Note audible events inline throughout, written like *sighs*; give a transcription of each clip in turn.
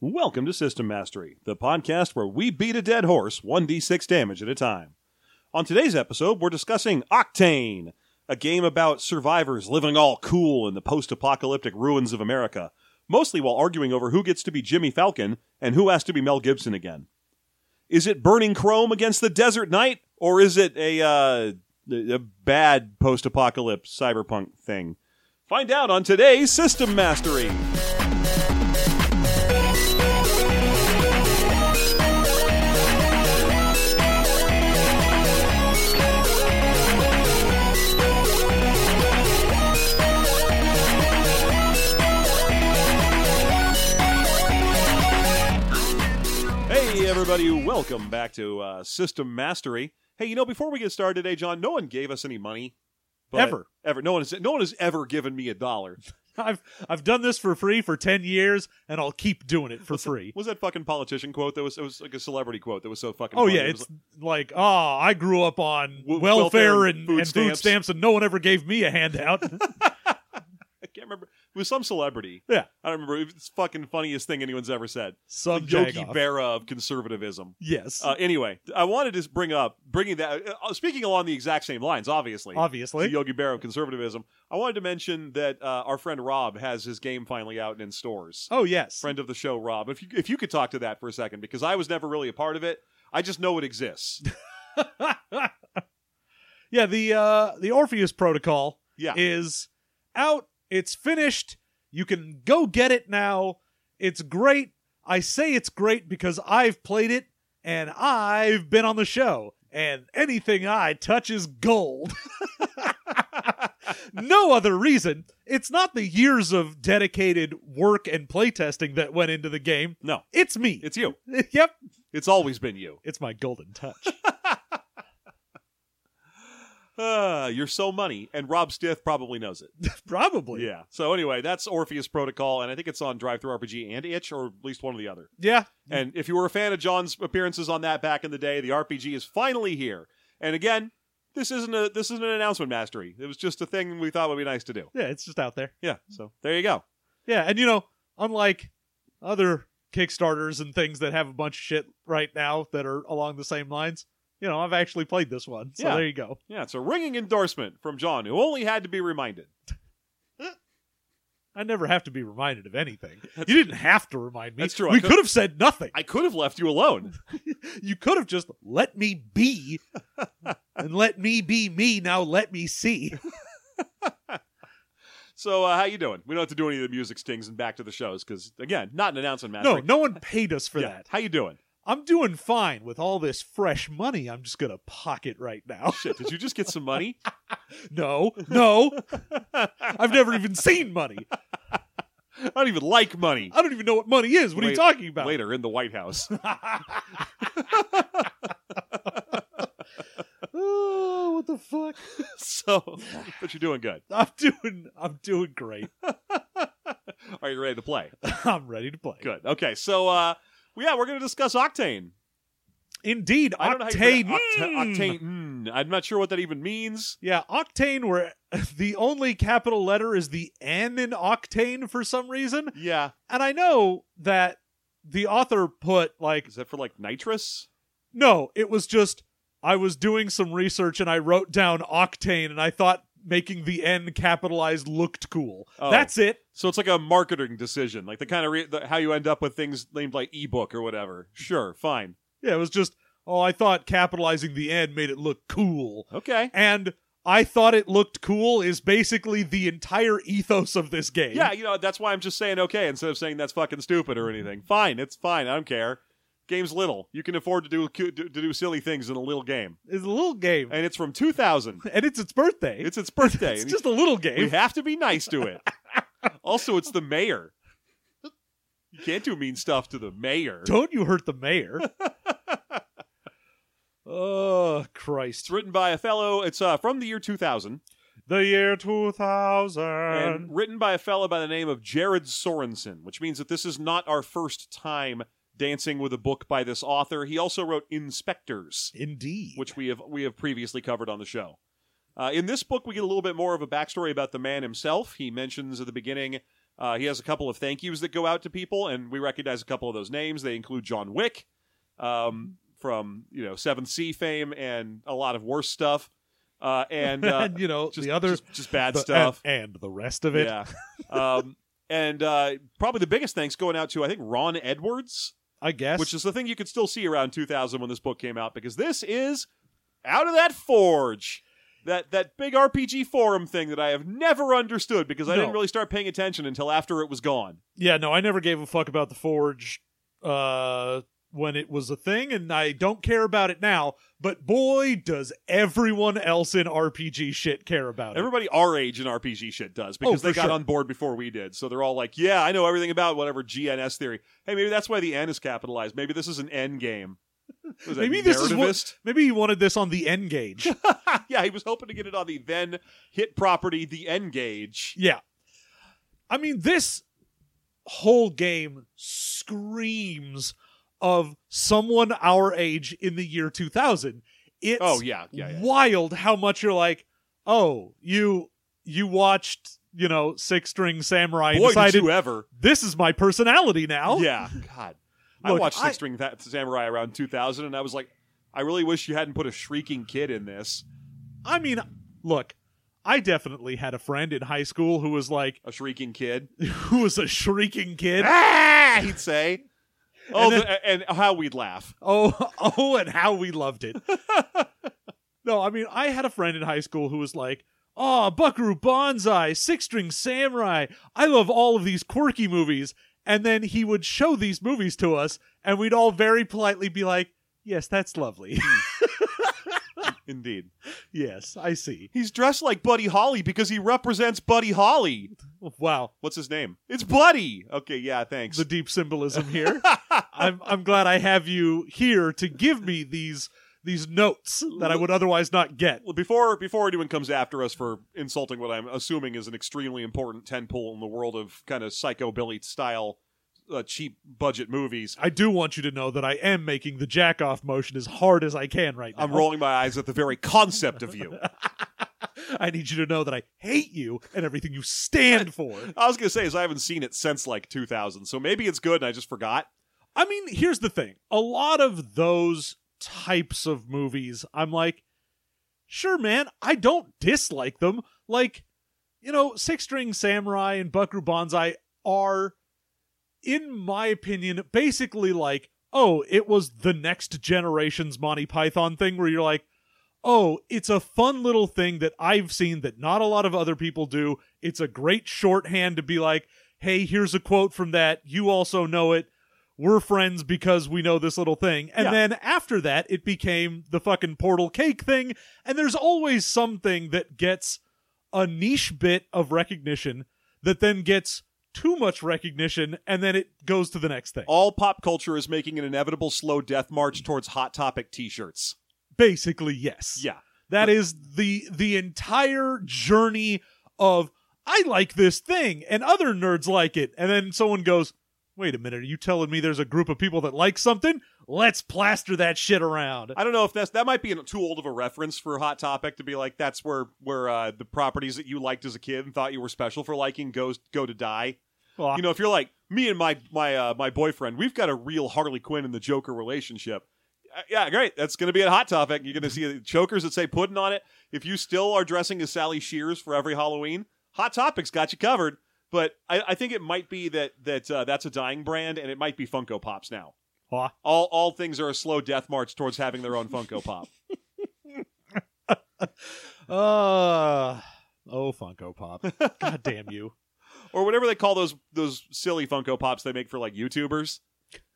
Welcome to System Mastery, the podcast where we beat a dead horse 1d6 damage at a time. On today's episode, we're discussing Octane, a game about survivors living all cool in the post apocalyptic ruins of America, mostly while arguing over who gets to be Jimmy Falcon and who has to be Mel Gibson again. Is it burning chrome against the desert night, or is it a, uh, a bad post apocalypse cyberpunk thing? Find out on today's System Mastery. Hey, everybody, welcome back to uh, System Mastery. Hey, you know, before we get started today, John, no one gave us any money. but- Ever. Ever. No one, has, no one has ever given me a dollar. I've I've done this for free for ten years, and I'll keep doing it for free. What was that fucking politician quote that was, it was like a celebrity quote that was so fucking Oh funny. yeah, It was it's like ah, I grew up on W- welfare welfare and and, food and food stamps. stamps, and no one ever gave me a handout. *laughs* like- I can't remember. It was some celebrity. yeah, I don't remember. It's the fucking funniest thing anyone's ever said. The some Yogi jagoff. Berra of conservatism. Yes, Uh, anyway, I wanted to bring up, bringing that, uh, speaking along the exact same lines, obviously. obviously. to Yogi Berra of conservatism. I wanted to mention that uh, our friend Rob has his game finally out and in stores. oh yes, Friend of the show, Rob. If you if you could talk to that for a second, because I was never really a part of it. I just know it exists. yeah. The uh, the Orpheus Protocol Yeah, is out. It's finished. You can go get it now. It's great. I say it's great because I've played it and I've been on the show, and anything I touch is gold. *laughs* no other reason. It's not the years of dedicated work and playtesting that went into the game. no, It's me. it's you. *laughs* yep. It's always been you. It's my golden touch. Uh, you're so money, and Rob Stith probably knows it. Probably. Yeah. So anyway, that's Orpheus Protocol, and I think it's on Drive Through RPG and Itch, or at least one or the other. Yeah. And if you were a fan of John's appearances on that back in the day, the RPG is finally here. And again, this isn't a this isn't an announcement mastery. It was just a thing we thought would be nice to do. Yeah. It's just out there. Yeah. So there you go. Yeah, and you know, unlike other Kickstarters and things that have a bunch of shit right now that are along the same lines, you know, I've actually played this one. So Yeah. there you go. Yeah, it's a ringing endorsement from John, who only had to be reminded. I never have to be reminded *laughs* of anything. you didn't have to remind me. That's true, I We could- could have said nothing. I could have left you alone. *laughs* You could have just let me be and let me be me. Now let me see. So uh, how you doing? We don't have to do any of the music stings and back to the shows because again, not an announcement No, mastery. no one paid us for Yeah. that. How you doing? I'm doing fine with all this fresh money I'm just going to pocket right now. *laughs* Shit, did you just get some money? No, *laughs* no. I've never even seen money. I don't even like money. I don't even know what money is. What are Wait- you talking *laughs* about? Later in the White House. *laughs* *laughs* oh, what the fuck? *laughs* so, but you're doing good. I'm doing I'm doing great. *laughs* Are you ready to play? I'm ready to play. Good. Okay. So, uh, well, yeah, we're going to discuss Octane. Indeed, I don't know how you Octane. pronounce- mm. Octa- Octane. mm. I'm not sure what that even means. Yeah, Octane where *laughs* the only capital letter is the N in Octane for some reason. Yeah. And I know that the author put like Is that for like nitrous? No, it was just I was doing some research and I wrote down octane and I thought making the N capitalized looked cool. Oh. That's it. So it's like a marketing decision, like the kind of re- the, how you end up with things named like ebook or whatever. Sure, fine, Yeah, it was just oh, I thought capitalizing the N made it look cool. okay. And I thought it looked cool is basically the entire ethos of this game. Yeah, you know that's why I'm just saying okay instead of saying that's fucking stupid or anything. Fine, it's fine. I don't care. Game's little. You can afford to do to do silly things in a little game, It's a little game. and it's from 2000. And it's its birthday. It's its birthday. *laughs* It's just a little game. We have to be nice to it. also, it's the mayor. You can't do mean stuff to the mayor. Don't you hurt *laughs* the mayor. oh, Christ. It's written by a fellow. It's uh, from the year 2000, The year 2000. and written by a fellow by the name of Jared Sorensen, which means that this is not our first time dancing with a book by this author. He also wrote Inspectors. Indeed. which we have we have previously covered on the show. Uh, in this book, we get a little bit more of a backstory about the man himself. He mentions at the beginning uh, he has a couple of thank yous that go out to people, and we recognize a couple of those names. They include John Wick um, from you know Seventh Sea fame and a lot of worse stuff, uh, and, uh, *laughs* and, you know, just, the other just, just bad the- stuff. And, and the rest of it. yeah, um, and uh, probably the biggest thanks going out to I think Ron Edwards I guess. which is the thing you could still see around 2000 when this book came out because this is out of that forge that that big RPG forum thing that I have never understood because I No. didn't really start paying attention until after it was gone. yeah, no, I never gave a fuck about the Forge uh, when it was a thing, and I don't care about it now. But boy, does everyone else in RPG shit care about it. Oh, Everybody our age in RPG shit does because for they got sure. on board before we did. So they're all like, "Yeah, I know everything about whatever GNS theory." Hey, maybe that's why the N is capitalized. Maybe this is an N *laughs* game. Was that Maybe this is narrativist? *laughs* what. Maybe he wanted this on the N gauge. yeah, he was hoping to get it on the then hit property, the N gauge. Yeah. I mean, this whole game screams of someone our age in the year 2000. It's Oh yeah, yeah, yeah. wild how much you're like, oh, you you watched, you know, Six String Samurai and Boy, did decided you ever! this is my personality now. Yeah. God. I Look, watched I- Six String Tha- Samurai around 2000, and I was like, I really wish you hadn't put a shrieking kid in this. I mean, look, I definitely had a friend in high school who was like, *laughs* A shrieking kid. who was a shrieking kid. ah! He'd say. Oh, And then- the- and how we'd laugh. Oh, *laughs* oh, and how we loved *laughs* it. no, I mean, I had a friend in high school who was like, oh, Buckaroo Banzai, Six String Samurai. I love all of these quirky movies. And then he would show these movies to us, and we'd all very politely be like, yes, that's lovely. *laughs* Indeed. yes, I see. He's dressed like Buddy Holly because he represents Buddy Holly. Wow. What's his name? It's Buddy. Okay, yeah, thanks. The deep symbolism here. I'm, I'm glad I have you here to give me these these notes that I would otherwise not get. Well, before before anyone comes after us for insulting what I'm assuming is an extremely important tentpole in the world of kind of psychobilly style, uh, cheap budget movies, I do want you to know that I am making the jack off motion as hard as I can right now. I'm rolling my eyes at the very concept of you. *laughs* I need you to know that I hate you and everything you stand for. I was gonna say is I haven't seen it since like 2000, so maybe it's good and I just forgot. I mean, here's the thing a lot of those types of movies, I'm like, sure, man, I don't dislike them. Like, you know, Six String Samurai and Buckaroo Banzai are, in my opinion, basically like, oh, it was the next generation's Monty Python thing where you're like, oh, it's a fun little thing that I've seen that not a lot of other people do. It's a great shorthand to be like, hey, here's a quote from that. You also know it. We're friends because we know this little thing. And Yeah. then after that, it became the fucking portal cake thing. And there's always something that gets a niche bit of recognition that then gets too much recognition and then it goes to the next thing. All pop culture is making an inevitable slow death march towards hot topic T-shirts. Basically, yes. Yeah, That is the the entire journey of I like this thing and other nerds like it. And then someone goes, "Wait a minute, are you telling me there's a group of people that like something? Let's plaster that *laughs* shit around." I don't know if that's that might be an, too old of a reference for hot topic to be like that's where where uh, the properties that you liked as a kid and thought you were special for liking goes go to die. Well, You know, if you're like me and my my uh, my boyfriend, we've got a real Harley Quinn and the Joker relationship. Uh, yeah, great. That's going to be a hot topic. You're going to see chokers that say pudding on it. If you still are dressing as Sally Shears for every Halloween, hot topics got you covered. But I, I think it might be that that uh, that's a dying brand, and it might be Funko Pops now. Huh? All all things are a slow death march towards having their own Funko Pop. uh, oh Funko Pop. God damn you. or whatever they call those those silly Funko Pops they make for like YouTubers.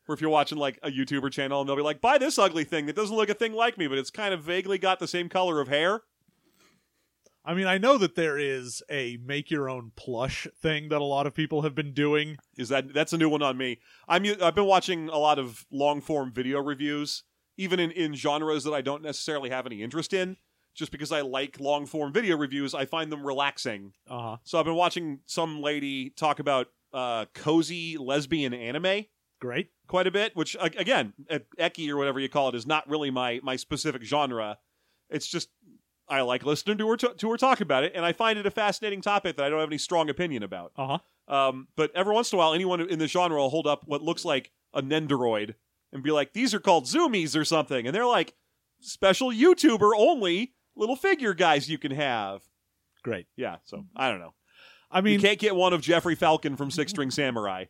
Where if you're watching like a YouTuber channel and they'll be like, "Buy this ugly thing that doesn't look a thing like me, but it's kind of vaguely got the same color of hair." I mean, I know that there is a make your own plush thing that a lot of people have been doing. Is that that's a new one on me? I'm u- I've been watching a lot of long form video reviews, even in, in genres that I don't necessarily have any interest in. Just because I like long form video reviews, I find them relaxing. Uh huh. So I've been watching some lady talk about uh, cozy lesbian anime Great. quite a bit, which a- again, e- eki or whatever you call it is not really my my specific genre. It's just I like listening to her t- to her talk about it, and I find it a fascinating topic that I don't have any strong opinion about. Uh huh. Um, but every once in a while, anyone in the genre will hold up what looks like a Nendoroid and be like, "These are called Zoomies or something," and they're like special YouTuber only little figure guys you can have. Great. Yeah, so I don't know. I you mean, can't get one of Jeffrey Falcon from Six String Samurai.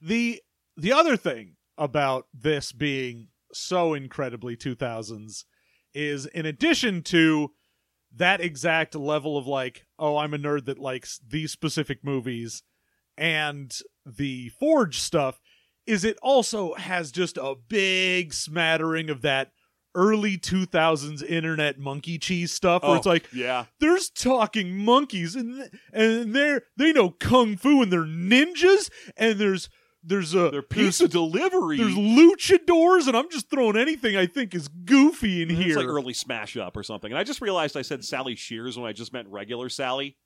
the the other thing about this being so incredibly 2000s is in addition to that exact level of like oh i'm a nerd that likes these specific movies and the forge stuff is it also has just a big smattering of that early 2000s internet monkey cheese stuff Oh. where it's like yeah, there's talking monkeys and and they're they know kung fu and they're ninjas and there's there's a their uh, there's, pizza delivery. there's luchadors and I'm just throwing anything I think is goofy in It's here. like early smash up or something. And I just realized I said Sally Shears when I just meant regular Sally,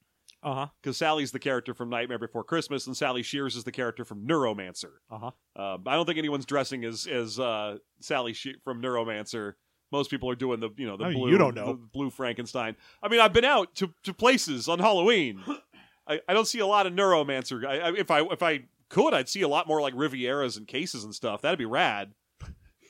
uh-huh. because Sally's the character from Nightmare Before Christmas, and Sally Shears is the character from Neuromancer. Uh-huh. Um, I don't think anyone's dressing as as uh, Sally she- from Neuromancer. Most people are doing the you know the I mean, blue you don't know. the blue Frankenstein. I mean, I've been out to, to places on *coughs* Halloween. I, I don't see a lot of Neuromancer. I, I, if I if I could, I'd see a lot more like Rivieras and cases and stuff. That'd be rad.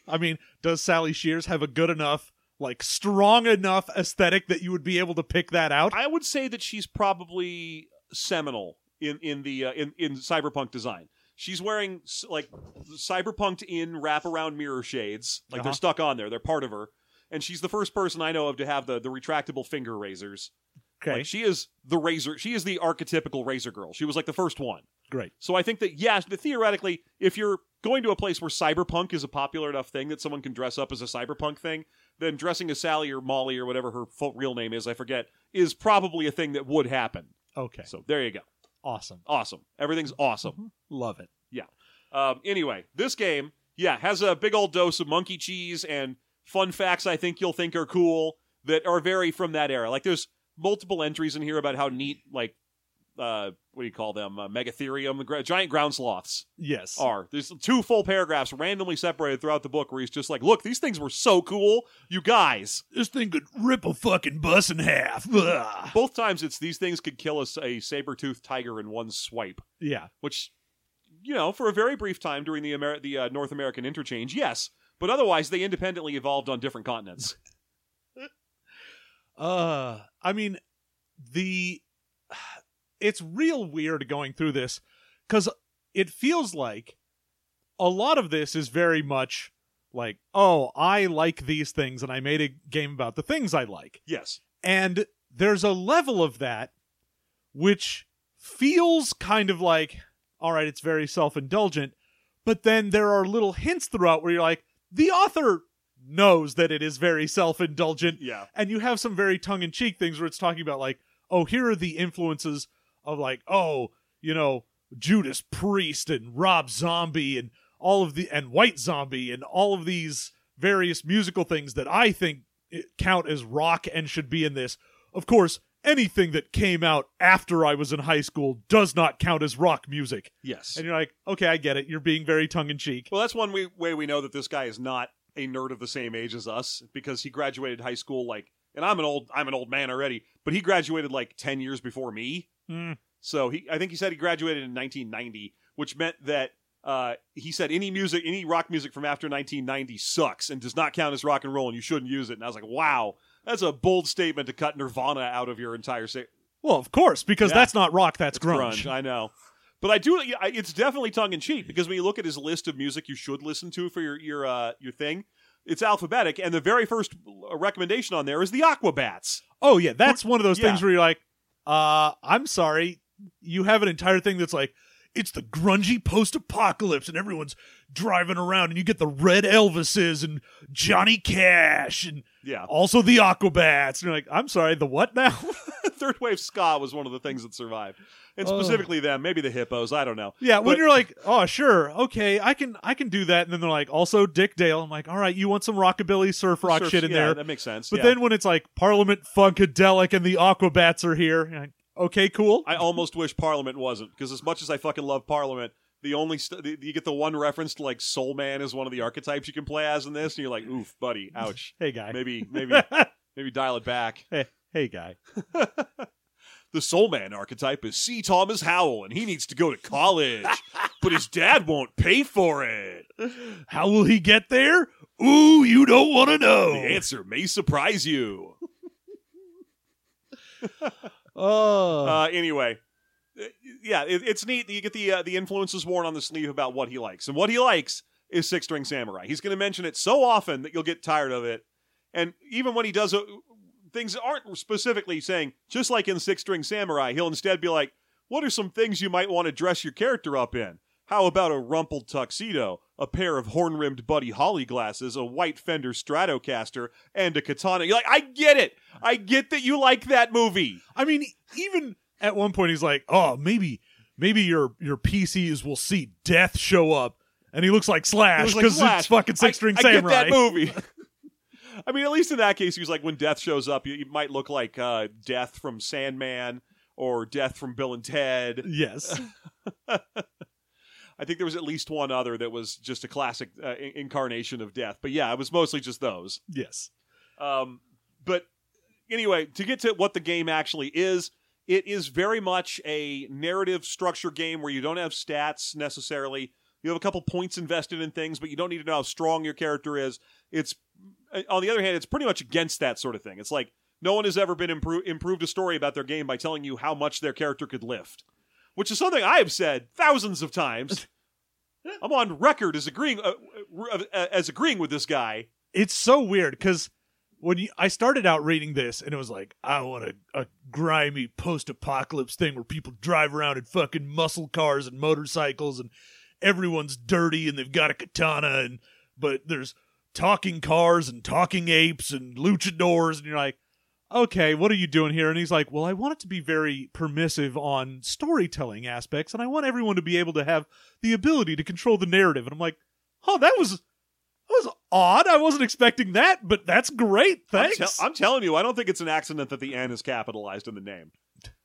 I mean, does Sally Shears have a good enough like strong enough aesthetic that you would be able to pick that out? I would say that she's probably seminal in in the uh, in in cyberpunk design. She's wearing s- like cyberpunked in wraparound mirror shades, like they're Uh-huh. stuck on there. They're part of her, and she's the first person I know of to have the the retractable finger razors. okay. Like she is the razor. She is the archetypical razor girl. She was like the first one. Great. So I think that yes, that theoretically, if you're going to a place where cyberpunk is a popular enough thing that someone can dress up as a cyberpunk thing, then dressing as Sally or Molly or whatever her full real name is, I forget, is probably a thing that would happen. Okay. Mm-hmm. So there you go. Awesome. Awesome. Everything's awesome. Love it. Um, anyway, this game, yeah, has a big old dose of monkey cheese and fun facts I think you'll think are cool that are very from that era. Like there's multiple entries in here about how neat, like, uh, what do you call them? Uh, Megatherium, the gra- giant ground sloths Yes. are. There's two full paragraphs randomly separated throughout the book where he's just like, look, these things were so cool, you guys. This thing could rip a fucking bus in half. Ugh. Both times it's these things could kill a, a saber toothed tiger in one swipe, Yeah. which, you know, for a very brief time during the, Amer- the uh, North American interchange, yes. But otherwise, they independently evolved on different continents. Uh, I mean, the it's real weird going through this because it feels like a lot of this is very much like, oh, I like these things, and I made a game about the things I like, *laughs* yes. and there's a level of that which feels kind of like, all right, it's very self indulgent, but then there are little hints throughout where you're like, the author knows that it is very self indulgent Yeah. and you have some very tongue-in-cheek things where it's talking about like oh here are the influences of like oh you know judas priest and rob zombie and all of the and white zombie and all of these various musical things that i think i- count as rock and should be in this of course anything that came out after i was in high school does not count as rock music Yes. and you're like okay i get it you're being very tongue-in-cheek Well, that's one we, way we know that this guy is not a nerd of the same age as us because he graduated high school like, and I'm an old I'm an old man already, but he graduated like ten years before me. Mm. So he I think he said he graduated in 1990, which meant that uh, he said any music any rock music from after 1990 sucks and does not count as rock and roll and you shouldn't use it. And I was like, wow, that's a bold statement to cut Nirvana out of your entire sa- well of course because Yeah. that's not rock that's grunge. grunge, I know, but I do. I- It's definitely tongue in cheek because when you look at his list of music you should listen to for your your uh, your thing, it's alphabetic, and the very first uh, recommendation on there is the Aquabats. Oh yeah, that's one of those yeah. things where you're like, uh, I'm sorry, you have an entire thing that's like, it's the grungy post-apocalypse and everyone's driving around and you get the red Elvises and Johnny Cash and Yeah. *laughs* also the Aquabats. And you're like, I'm sorry, the what now? *laughs* Third wave ska was one of the things that survived, and Oh. specifically them, maybe the hippos. I don't know. yeah, when But- you're like, oh sure, okay, I can I can do that, and then they're like, also Dick Dale. I'm like, all right, you want some rockabilly surf rock Surfs- shit in yeah, there. That makes sense. But yeah. then when it's like Parliament Funkadelic and the Aquabats are here, you're like, okay, cool. I almost wish Parliament wasn't because as much as I fucking love Parliament, the only st- the- you get the one reference to like Soul Man is one of the archetypes you can play as in this, and you're like, oof, buddy, ouch. hey guy, Maybe *laughs* maybe maybe dial it back. hey, hey guy. The Soul Man archetype is C. Thomas Howell, and he needs to go to college, but his dad won't pay for it. *laughs* How will he get there? Ooh, you don't want to know. The answer may surprise you. oh, Uh, anyway, Uh, yeah, it, it's neat that you get the uh, the influences worn on the sleeve about what he likes, and what he likes is Six String Samurai. He's going to mention it so often that you'll get tired of it, and even when he does uh, things that aren't specifically saying, just like in Six String Samurai, he'll instead be like, "What are some things you might want to dress your character up in?" How about a rumpled tuxedo, a pair of horn rimmed Buddy Holly glasses, a white Fender Stratocaster, and a katana? You're like, I get it. I get that you like that movie. I mean, even at one point he's like, oh, maybe, maybe your your PCs will see death show up, and he looks like Slash It was like because Flash. it's fucking six string I, samurai. I get that *laughs* movie. I mean, at least in that case, he was like, when Death shows up, you, you might look like uh, Death from Sandman or Death from Bill and Ted. Yes, I think there was at least one other that was just a classic uh, in- incarnation of Death. But yeah, it was mostly just those. yes. Um, but anyway, to get to what the game actually is, it is very much a narrative structure game where you don't have stats necessarily. You have a couple points invested in things, but you don't need to know how strong your character is. It's uh, on the other hand, it's pretty much against that sort of thing. It's like no one has ever been impro- improved a story about their game by telling you how much their character could lift, which is something I have said thousands of times. I'm on record as agreeing uh, uh, uh, as agreeing with this guy. It's so weird because when you, I started out reading this, and it was like, I want a, a grimy post-apocalypse thing where people drive around in fucking muscle cars and motorcycles, and everyone's dirty and they've got a katana, and but there's talking cars and talking apes and luchadors, and you're like, okay, what are you doing here? And he's like, well, I want it to be very permissive on storytelling aspects, and I want everyone to be able to have the ability to control the narrative. And I'm like, oh, that was that was odd. I wasn't expecting that, but that's great. I'm Thanks. tell- I'm, telling you, I don't think it's an accident that the N is capitalized in the name.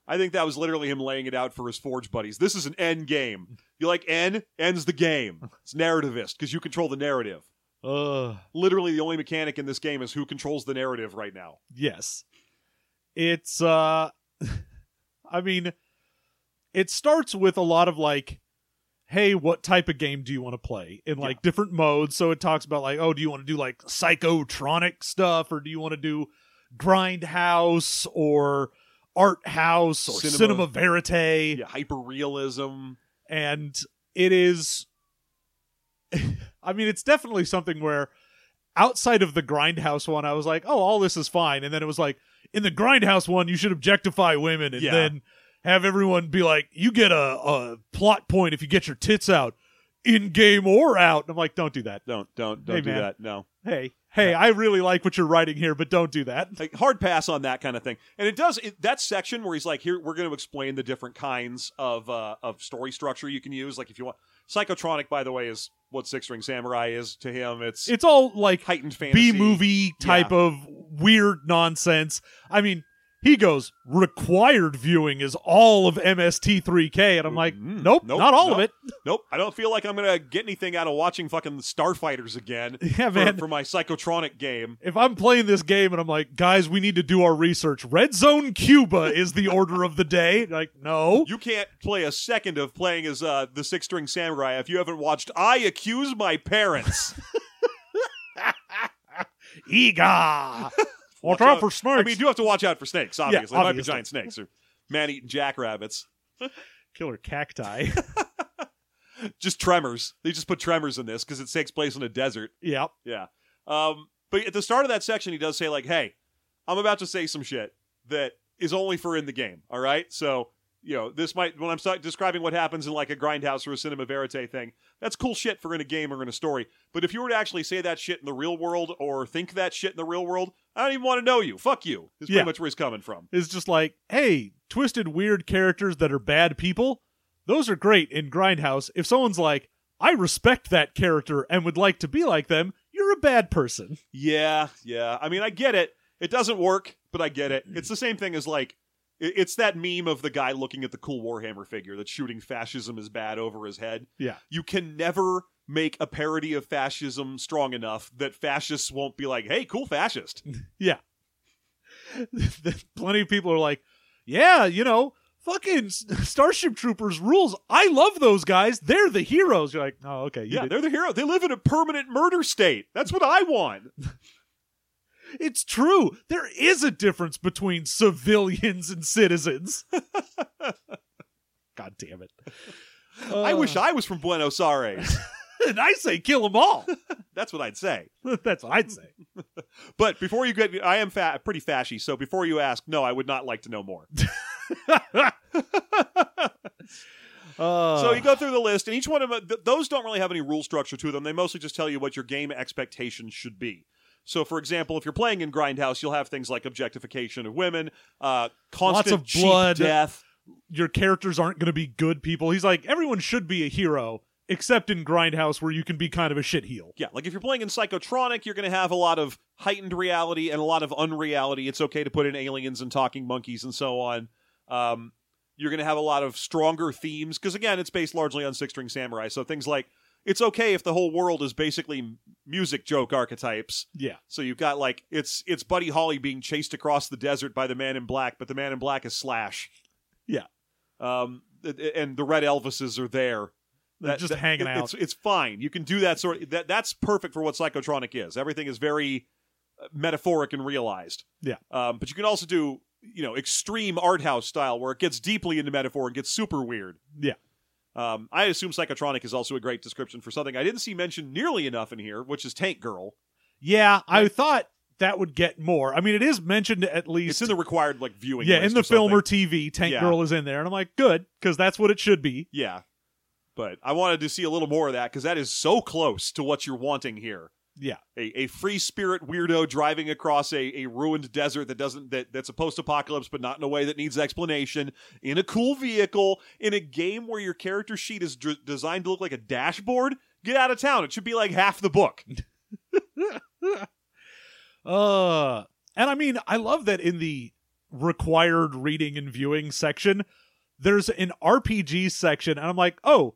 I think that was literally him laying it out for his Forge buddies. This is an N game. You like N? N's the game. It's narrativist because you control the narrative. Ugh. Literally, the only mechanic in this game is who controls the narrative right now. yes it's uh *laughs* i mean it starts with a lot of like hey what type of game do you want to play in like different modes so it talks about like oh do you want to do like psychotronic stuff or do you want to do grindhouse or art house or Cinema. cinema, verite Yeah, hyper realism. and it is *laughs* i mean it's definitely something where outside of the grindhouse one i was like oh all this is fine and then it was like in the grindhouse one you should objectify women and Yeah. then have everyone be like you get a, a plot point if you get your tits out in game or out and i'm like don't do that Don't don't don't Hey, do man. that. No, hey hey i really like what you're writing here but don't do that like hard pass on that kind of thing. And it does it, that section where he's like, "Here, we're going to explain the different kinds of uh, of story structure you can use." Like if you want, psychotronic, by the way, is what Six String Samurai is to him. It's it's all like heightened fantasy B movie type of weird nonsense. I mean, he goes required viewing is all of MST3K, and I'm like, Mm, nope, nope, not all of nope. it. Nope, I don't feel like I'm gonna get anything out of watching fucking Starfighters again *laughs* for- Yeah, man. for my psychotronic game. if I'm playing this game and I'm like, guys, we need to do our research. Red Zone Cuba is the order of the day. *laughs* Like, no, You can't play a second of playing as uh, the six string samurai if you haven't watched I Accuse My *laughs* Parents. *laughs* Ega. Watch Watch out out. for snakes. I mean, you do have to watch out for snakes, obviously. It might be obviously. giant snakes or man eating jackrabbits. killer cacti. *laughs* Just tremors. They just put tremors in this because it takes place in a desert. yep. Yeah. Um, but at the start of that section, he does say, like, hey, I'm about to say some shit that is only for in the game. All right. So you know, this might when I'm sta- describing what happens in like a grindhouse or a cinema verite thing, that's cool shit for in a game or in a story. But if you were to actually say that shit in the real world or think that shit in the real world, I don't even want to know you. Fuck you. Is pretty Yeah. much where he's coming from. is just like, hey, twisted, weird characters that are bad people, those are great in Grindhouse. If someone's like, I respect that character and would like to be like them, you're a bad person. *laughs* Yeah, yeah. I mean, I get it. It doesn't work, but I get it. It's the same thing as like i- it's that meme of the guy looking at the cool Warhammer figure that's shooting fascism is bad over his head. Yeah. You can never make a parody of fascism strong enough that fascists won't be like, "Hey, cool *laughs* fascist." Plenty of people are like, yeah, you know, fucking S- Starship Troopers rules. I love those guys. They're the heroes. You're like, oh, okay. you yeah, did- they're the hero. They live in a permanent murder state. That's what I want. It's true. There is a difference between civilians and citizens. *laughs* God damn it. I wish Uh, I was from Buenos *laughs* Aires. and I say kill them all. That's what I'd say. *laughs* That's what I'd say. But before you get, I am fa- pretty fashy, so before you ask, no, I would not like to know more. Uh, So you go through the list, and each one of them, th- those don't really have any rule structure to them. They mostly just tell you what your game expectations should be. So, for example, if you're playing in Grindhouse, you'll have things like objectification of women, uh, constant of cheap blood. death. your characters aren't going to be good people. He's like, everyone should be a hero, except in Grindhouse, where you can be kind of a shitheel. Yeah, like if you're playing in Psychotronic, you're going to have a lot of heightened reality and a lot of unreality. It's okay to put in aliens and talking monkeys and so on. Um, you're going to have a lot of stronger themes because, again, it's based largely on Six String Samurai. So things like it's okay if the whole world is basically m- music joke archetypes. Yeah. So you've got like it's it's Buddy Holly being chased across the desert by the Man in Black, but the Man in Black is Slash. Yeah. Um, th- th- and the Red Elvises are there. They're just hanging out. It's, it's fine. You can do that sort. that that's perfect for what Psychotronic is. Everything is very uh, metaphoric and realized. Yeah. Um, but you can also do you know extreme art house style where it gets deeply into metaphor and gets super weird. Yeah. Um, I assume Psychotronic is also a great description for something I didn't see mentioned nearly enough in here, which is Tank Girl. Yeah, I thought that would get more. I mean, it is mentioned at least. It's in the required like viewing. yeah, list in the or something. film or TV, Tank Yeah. Girl is in there, and I'm like, good, because that's what it should be. Yeah, but I wanted to see a little more of that because that is so close to what you're wanting here. Yeah. A, a free spirit weirdo driving across a, a ruined desert that doesn't that that's a post apocalypse, but not in a way that needs explanation. In a cool vehicle, in a game where your character sheet is dr- designed to look like a dashboard. Get out of town. It should be like half the book. Uh, and I mean, I love that in the required reading and viewing section, there's an RPG section, and I'm like, oh,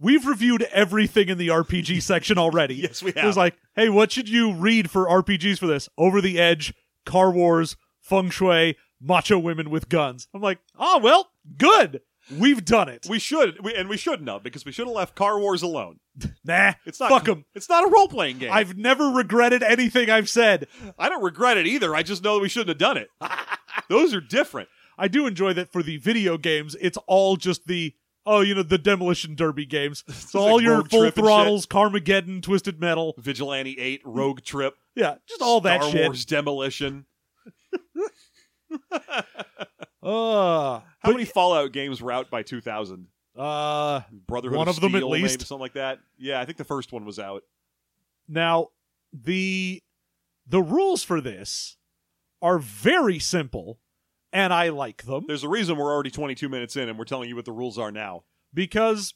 we've reviewed everything in the RPG section already. *laughs* Yes, we *laughs* It was have. like, hey, what should you read for RPGs for this? Over the Edge, Car Wars, Feng Shui, Macho Women with Guns. I'm like, oh, well, good. We've done it. We should, we, and we shouldn't have because we should have left Car Wars alone. nah, It's not fuck them. It's not a role playing game. I've never regretted anything I've said. I don't regret it either. I just know that we shouldn't have done *laughs* it. Those are different. I do enjoy that for the video games, it's all just the oh, you know, the demolition derby games. *laughs* It's all like your Road full Trip and shit. throttles, Carmageddon, Twisted Metal. Vigilante 8, Rogue Trip, Yeah, just all that Star shit. Wars Demolition. Uh, How many Fallout games were out by 2000? uh Brotherhood One of them at Steel, least. maybe, something like that. Yeah, I think the first one was out. now the the rules for this are very simple and I like them There's a reason we're already 22 minutes in and we're telling you what the rules are now. because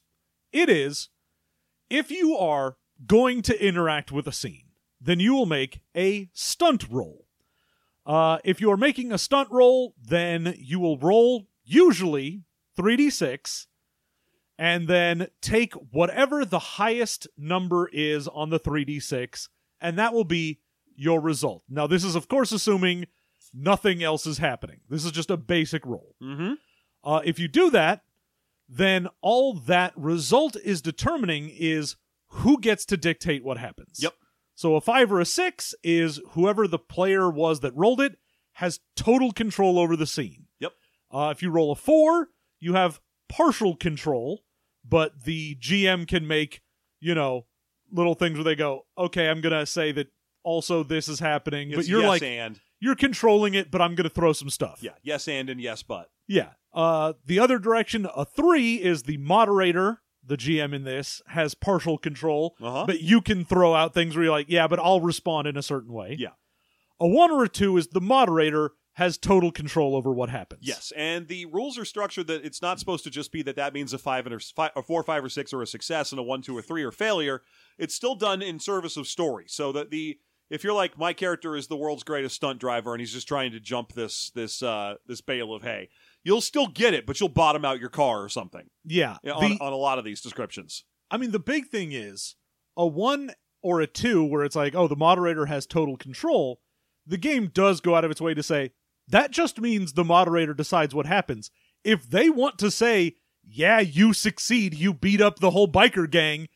it is if you are going to interact with a scene, then you will make a stunt roll. Uh, if you are making a stunt roll, then you will roll usually 3d6 and then take whatever the highest number is on the 3d6, and that will be your result. Now, this is, of course, assuming nothing else is happening. This is just a basic roll. Mm-hmm. Uh, if you do that, then all that result is determining is who gets to dictate what happens. Yep. So a five or a six is whoever the player was that rolled it has total control over the scene. Yep. Uh, if you roll a four, you have partial control, but the GM can make, you know, little things where they go, okay, I'm going to say that also this is happening, but you're like, and you're controlling it, but I'm going to throw some stuff. Yeah, yes and and yes but. Yeah. Uh, the other direction, a three, is the moderator, the GM in this, has partial control, Uh-huh. but you can throw out things where you're like, yeah, but I'll respond in a certain way. Yeah. A one or a two is the moderator has total control over what happens. Yes, and the rules are structured that it's not supposed to just be that that means a five and a, s- fi- a four, five, or six, or a success, and a one, two, or three, or failure. It's still done in service of story, so that the if you're like my character is the world's greatest stunt driver and he's just trying to jump this this uh, this bale of hay, you'll still get it, but you'll bottom out your car or something Yeah. you know, The- on, on a lot of these descriptions. I mean, the big thing is a one or a two where it's like, oh, the moderator has total control. The game does go out of its way to say that just means the moderator decides what happens. If they want to say, yeah, you succeed, you beat up the whole biker gang,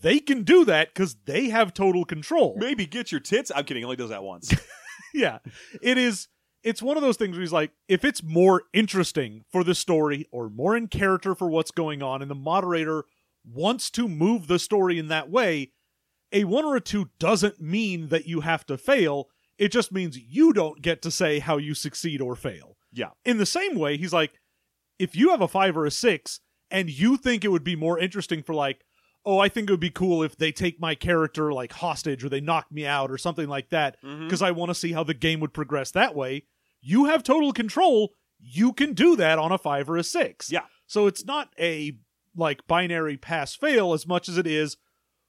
they can do that because they have total control. Maybe get your tits. I'm kidding. he Only does that once. *laughs* yeah. It is. It's one of those things where he's like, if it's more interesting for the story or more in character for what's going on, and the moderator wants to move the story in that way, a one or a two doesn't mean that you have to fail. It just means you don't get to say how you succeed or fail. yeah, In the same way, he's like, if you have a five or a six and you think it would be more interesting for like, oh, I think it would be cool if they take my character like hostage or they knock me out or something like that, Mhm. because I want to see how the game would progress that way. You have total control. You can do that on a five or a six. Yeah. So it's not a like binary pass fail as much as it is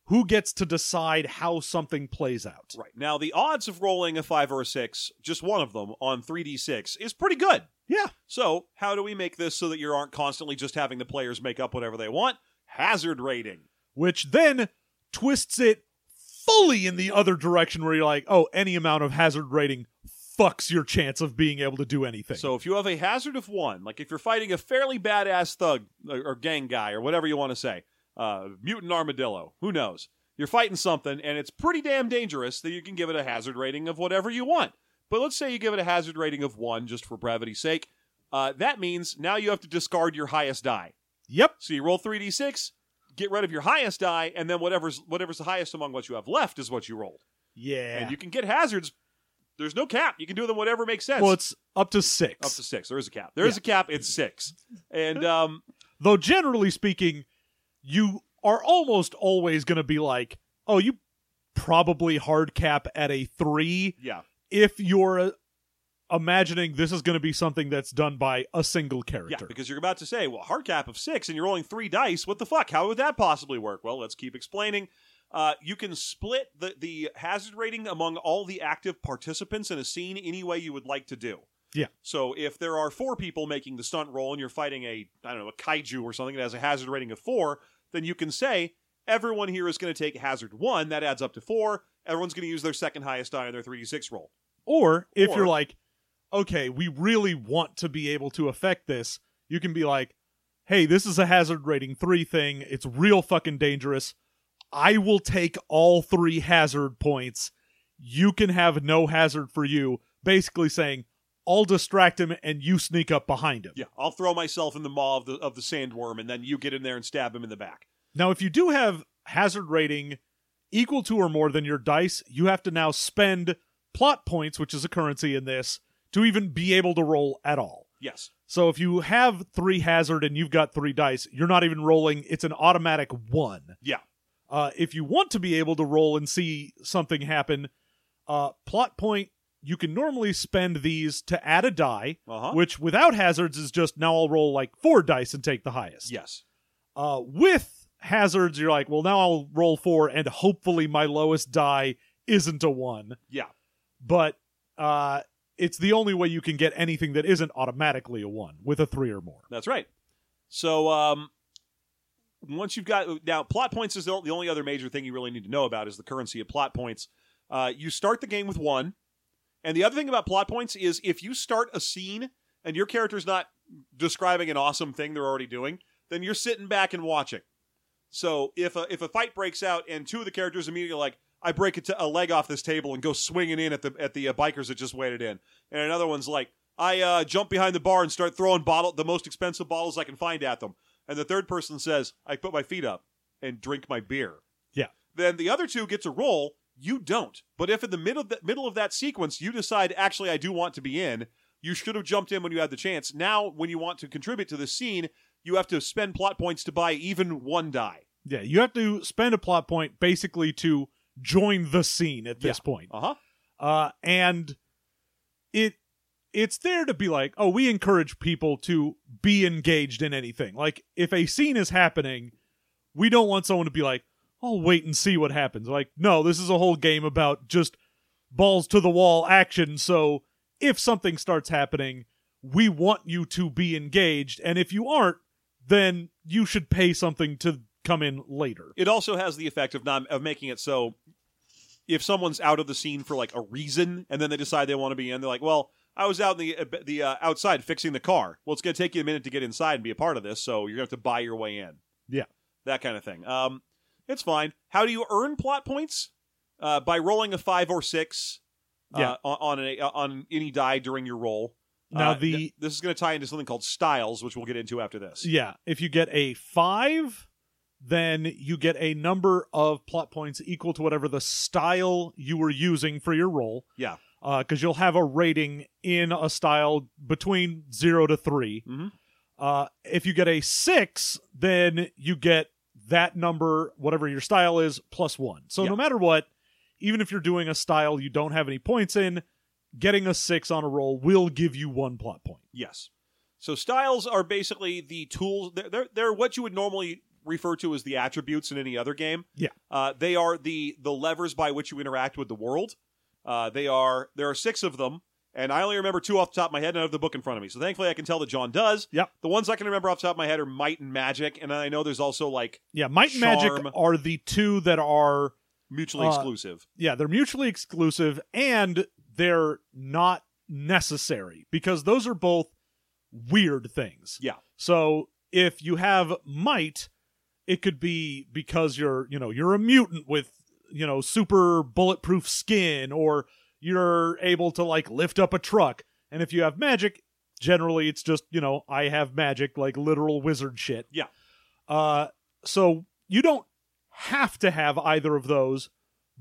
who gets to decide how something plays out. right. Now the odds of rolling a five or a six, just one of them on 3d6, is pretty good. Yeah. So, how do we make this so that you aren't constantly just having the players make up whatever they want? Hazard rating. which then twists it fully in the other direction where you're like, oh, any amount of hazard rating fucks your chance of being able to do anything. So, if you have a hazard of one, like if you're fighting a fairly badass thug uh, or, or gang guy or whatever you want to say, uh, mutant armadillo, who knows? You're fighting something and it's pretty damn dangerous that you can give it a hazard rating of whatever you want. But let's say you give it a hazard rating of one just for brevity's sake. Uh, that means now you have to discard your highest die. yep. So you roll 3d6, get rid of your highest die, and then whatever's whatever's the highest among what you have left is what you rolled. Yeah. and you can get hazards. There's no cap. You can do them whatever makes sense. well, it's up to six. up to six. There is a cap. There is a cap. It's six. And um, Though, generally speaking, you are almost always going to be like, oh, you probably hard cap at a three yeah, if you're uh, imagining this is going to be something that's done by a single yeah, character. because you're about to say, well, hard cap of six, and you're rolling three dice. What the fuck? How would that possibly work? Well, let's keep explaining. Uh, you can split the the hazard rating among all the active participants in a scene any way you would like to do. Yeah. So if there are four people making the stunt roll and you're fighting a I don't know a kaiju or something that has a hazard rating of four, then you can say everyone here is going to take hazard one. That adds up to four. Everyone's going to use their second highest die on their three d six roll. Or if Or- you're like, okay, we really want to be able to affect this, you can be like, hey, this is a hazard rating three thing. It's real fucking dangerous. I will take all three hazard points. You can have no hazard for you. Basically saying, I'll distract him and you sneak up behind him. Yeah, I'll throw myself in the maw of the of the sandworm, and then you get in there and stab him in the back. Now, if you do have hazard rating equal to or more than your dice, you have to now spend plot points, which is a currency in this, to even be able to roll at all. Yes. So if you have three hazard and you've got three dice, you're not even rolling. It's an automatic one. Yeah. Uh, if you want to be able to roll and see something happen, uh, plot point, you can normally spend these to add a die, Uh huh. which without hazards is just now I'll roll like four dice and take the highest. Yes. Uh, with hazards, you're like, well, now I'll roll four and hopefully my lowest die isn't a one. Yeah. But uh, it's the only way you can get anything that isn't automatically a one with a three or more. That's right. So um, once you've got now plot points is the the only other major thing you really need to know about is the currency of plot points. Uh, you start the game with one, and the other thing about plot points is if you start a scene and your character's not describing an awesome thing they're already doing, then you're sitting back and watching. So if a, if a fight breaks out and two of the characters immediately like I break a, t- a leg off this table and go swinging in at the at the uh, bikers that just waited in, and another one's like I uh, jump behind the bar and start throwing bottle the most expensive bottles I can find at them, and the third person says I put my feet up and drink my beer. Yeah. Then the other two get to roll. You don't. But if in the middle of that, middle of that sequence you decide, actually, I do want to be in, you should have jumped in when you had the chance. Now, when you want to contribute to the scene, you have to spend plot points to buy even one die. Yeah, you have to spend a plot point basically to join the scene at this Yeah. point. Uh huh. Uh, and it it's there to be like, oh, we encourage people to be engaged in anything. Like if a scene is happening, we don't want someone to be like, I'll wait and see what happens. Like, no, this is a whole game about just balls to the wall action. So if something starts happening, we want you to be engaged, and if you aren't, then you should pay something to come in later. It also has the effect of not of making it so if someone's out of the scene for like a reason and then they decide they want to be in, they're like, well, I was out in the uh, the uh, outside fixing the car. Well, it's going to take you a minute to get inside and be a part of this, so you're going to have to buy your way in. Yeah. that kind of thing. Um, it's fine. How do you earn plot points? Uh, by rolling a five or six. uh, Yeah. on on, a, on any die during your roll. Now Uh, the th- this is going to tie into something called styles, which we'll get into after this. Yeah, if you get a five, then you get a number of plot points equal to whatever the style you were using for your role. Yeah. because you'll have a rating in a style between zero to 3 Mhm. Uh, if you get a six, then you get that number, whatever your style is, plus one. So Yeah. no matter what, even if you're doing a style you don't have any points in, getting a six on a roll will give you one plot point. Yes. So styles are basically the tools. They're, they're, they're what you would normally refer to as the attributes in any other game. Yeah. Uh, they are the the levers by which you interact with the world. Uh, they are there are six of them, and I only remember two off the top of my head. And I have the book in front of me, so thankfully I can tell that John does. Yep. The ones I can remember off the top of my head are might and magic, and I know there's also like Yeah, might and magic Charm. are the two that are mutually Uh, exclusive. yeah, they're mutually exclusive and they're not necessary because those are both weird things. Yeah. So if you have might, it could be because you're, you know, you're a mutant with, you know, super bulletproof skin or you're able to like lift up a truck. And if you have magic, generally it's just, you know, I have magic like literal wizard shit. Yeah. Uh so you don't have to have either of those,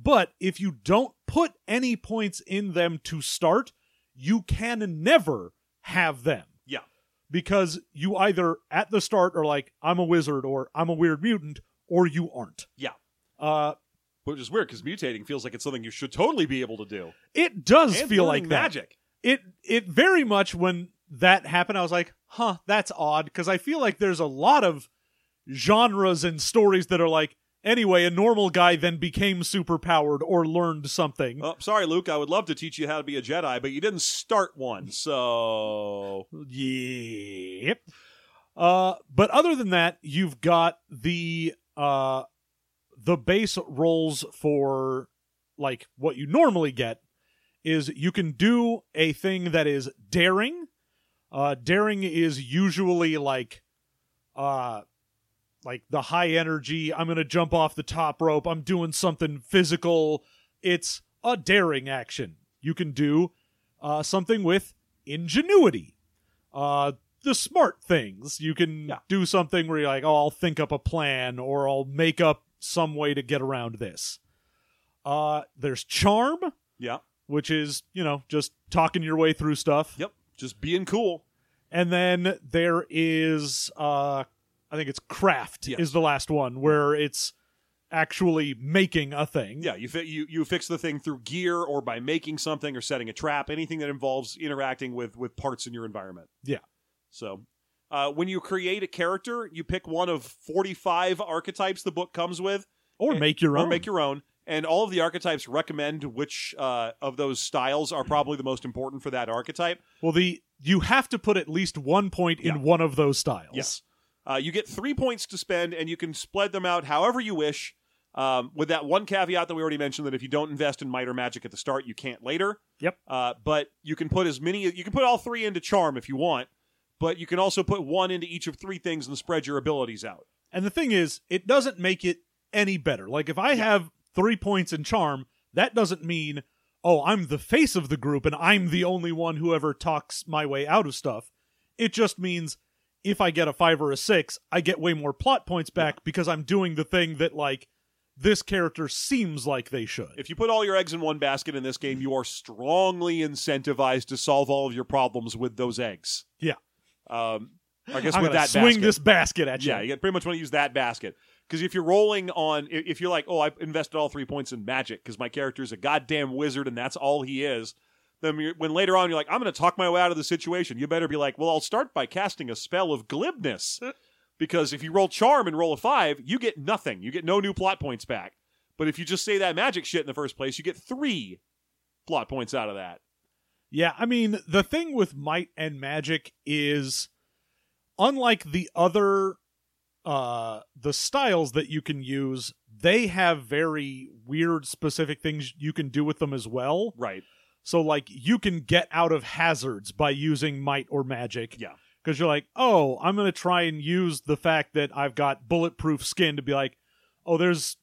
but if you don't put any points in them to start, you can never have them Yeah. because you either at the start are like I'm a wizard or I'm a weird mutant or you aren't. Yeah. Uh Which is weird because mutating feels like it's something you should totally be able to do. it does And feel learning like that. magic. It it very much when that happened I was like, "Huh, that's odd" cuz I feel like there's a lot of genres and stories that are like anyway, a normal guy then became superpowered or learned something. Oh, sorry, Luke. I would love to teach you how to be a Jedi, but you didn't start one, so Yep. Uh, but other than that, you've got the uh, the base rolls for like what you normally get is you can do a thing that is daring. Uh, daring is usually like uh like the high energy i'm gonna jump off the top rope i'm doing something physical it's a daring action you can do uh, something with ingenuity uh the smart things you can Yeah. do something where you're like oh i'll think up a plan or i'll make up some way to get around this uh there's charm yeah, which is you know just talking your way through stuff yep. Just being cool. and then there is uh I think it's craft Yes. is the last one where it's actually making a thing. Yeah, you fi- you you fix the thing through gear or by making something or setting a trap. Anything that involves interacting with with parts in your environment. Yeah. So. Uh, when you create a character, you pick one of 45 archetypes the book comes with, Or And- make your or own. make your own. And all of the archetypes recommend which uh, of those styles are probably the most important for that archetype. well the you have to put at least one point Yeah. in one of those styles. Yes. Uh, you get three points to spend, and you can spread them out however you wish. Um, with that one caveat that we already mentioned, that if you don't invest in might or magic at the start, you can't later. Yep. Uh, but you can put as many. You can put all three into charm if you want, but you can also put one into each of three things and spread your abilities out. And the thing is, it doesn't make it any better. Like if I have three points in charm, that doesn't mean, oh, I'm the face of the group and I'm the only one who ever talks my way out of stuff. It just means if I get a five or a six, I get way more plot points back because I'm doing the thing that like this character seems like they should. If you put all your eggs in one basket in this game, you are strongly incentivized to solve all of your problems with those eggs. Yeah. Um, I guess I'm with gonna that swing basket. this basket at you. yeah, you pretty much want to use that basket because if you're rolling on, i- if you're like, oh, I invested all three points in magic because my character is a goddamn wizard and that's all he is. Then you're, when later on you're like, I'm going to talk my way out of the situation. You better be like, well, I'll start by casting a spell of glibness because if you roll charm and roll a five, you get nothing. You get no new plot points back. But if you just say that magic shit in the first place, you get three plot points out of that. Yeah, I mean, the thing with might and magic is unlike the other uh the styles that you can use, they have very weird specific things you can do with them as well. Right. So like you can get out of hazards by using might or magic. Yeah. Cuz you're like, "Oh, I'm going to try and use the fact that I've got bulletproof skin to be like, "Oh, there's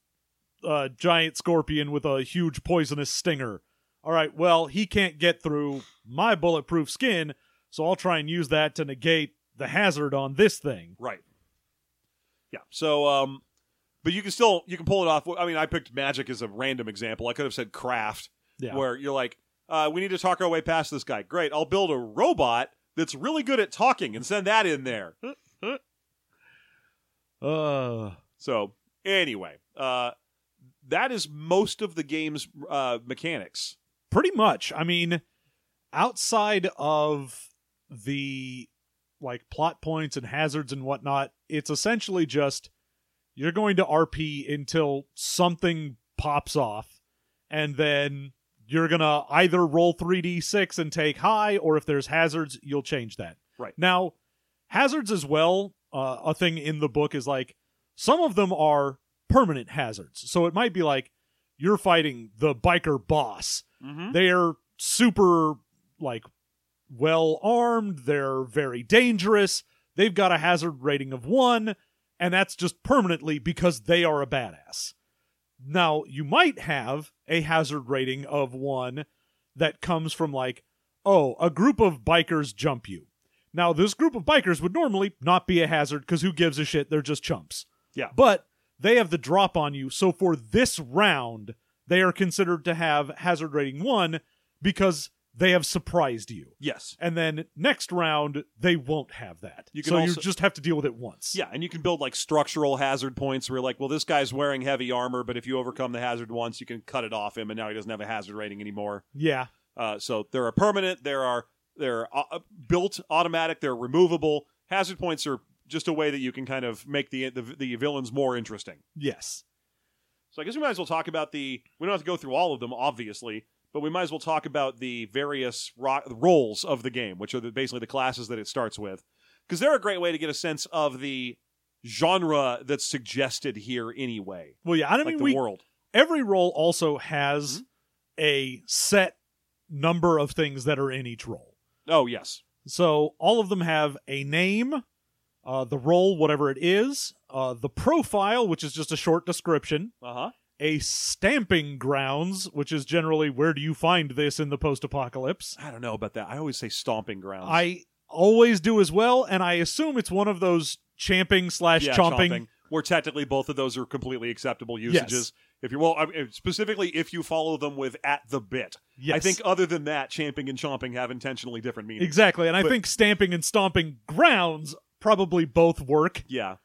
a giant scorpion with a huge poisonous stinger." All right, well, he can't get through my bulletproof skin, so I'll try and use that to negate the hazard on this thing. Right. Yeah. So, um, but you can still you can pull it off. I mean, I picked magic as a random example. I could have said craft, Yeah. where you're like, uh, we need to talk our way past this guy. Great, I'll build a robot that's really good at talking and send that in there. Uh So anyway, uh, that is most of the game's uh, mechanics. pretty much i mean outside of the like plot points and hazards and whatnot it's essentially just you're going to rp until something pops off and then you're gonna either roll 3d6 and take high or if there's hazards you'll change that Right. now hazards as well uh, a thing in the book is like some of them are permanent hazards so it might be like you're fighting the biker boss Mm-hmm. they're super like well armed they're very dangerous they've got a hazard rating of one and that's just permanently because they are a badass now you might have a hazard rating of one that comes from like oh a group of bikers jump you now this group of bikers would normally not be a hazard because who gives a shit they're just chumps Yeah. but they have the drop on you so for this round they are considered to have hazard rating one because they have surprised you. Yes. And then next round, they won't have that. You can so also- you just have to deal with it once. Yeah, and you can build like structural hazard points where you're like, well, this guy's wearing heavy armor, but if you overcome the hazard once, you can cut it off him, and now he doesn't have a hazard rating anymore. Yeah. Uh, so there are permanent, there are they're uh, built automatic, they're removable. Hazard points are just a way that you can kind of make the, the the villains more interesting. Yes. So I guess we might as well talk about the. We don't have to go through all of them, obviously, but we might as well talk about the various ro- roles of the game, which are the, basically the classes that it starts with, because they're a great way to get a sense of the genre that's suggested here anyway, Well, yeah. I like mean, the Mm-hmm. we, world. every role also has a set number of things that are in each role. Oh yes, So all of them have a name, uh, the role, whatever it is, uh, the profile, which is just a short description, uh huh. a stamping grounds, which is generally where do you find this in the post apocalypse. I don't know about that. I always say stomping grounds. I always do as well, and I assume it's one of those champing slash yeah, chomping. Where technically both of those are completely acceptable usages. If you well, I mean, specifically if you follow them with at the bit. Yes. I think other than that, champing and chomping have intentionally different meanings. exactly, and I but- think stamping and stomping grounds probably both work. Yeah.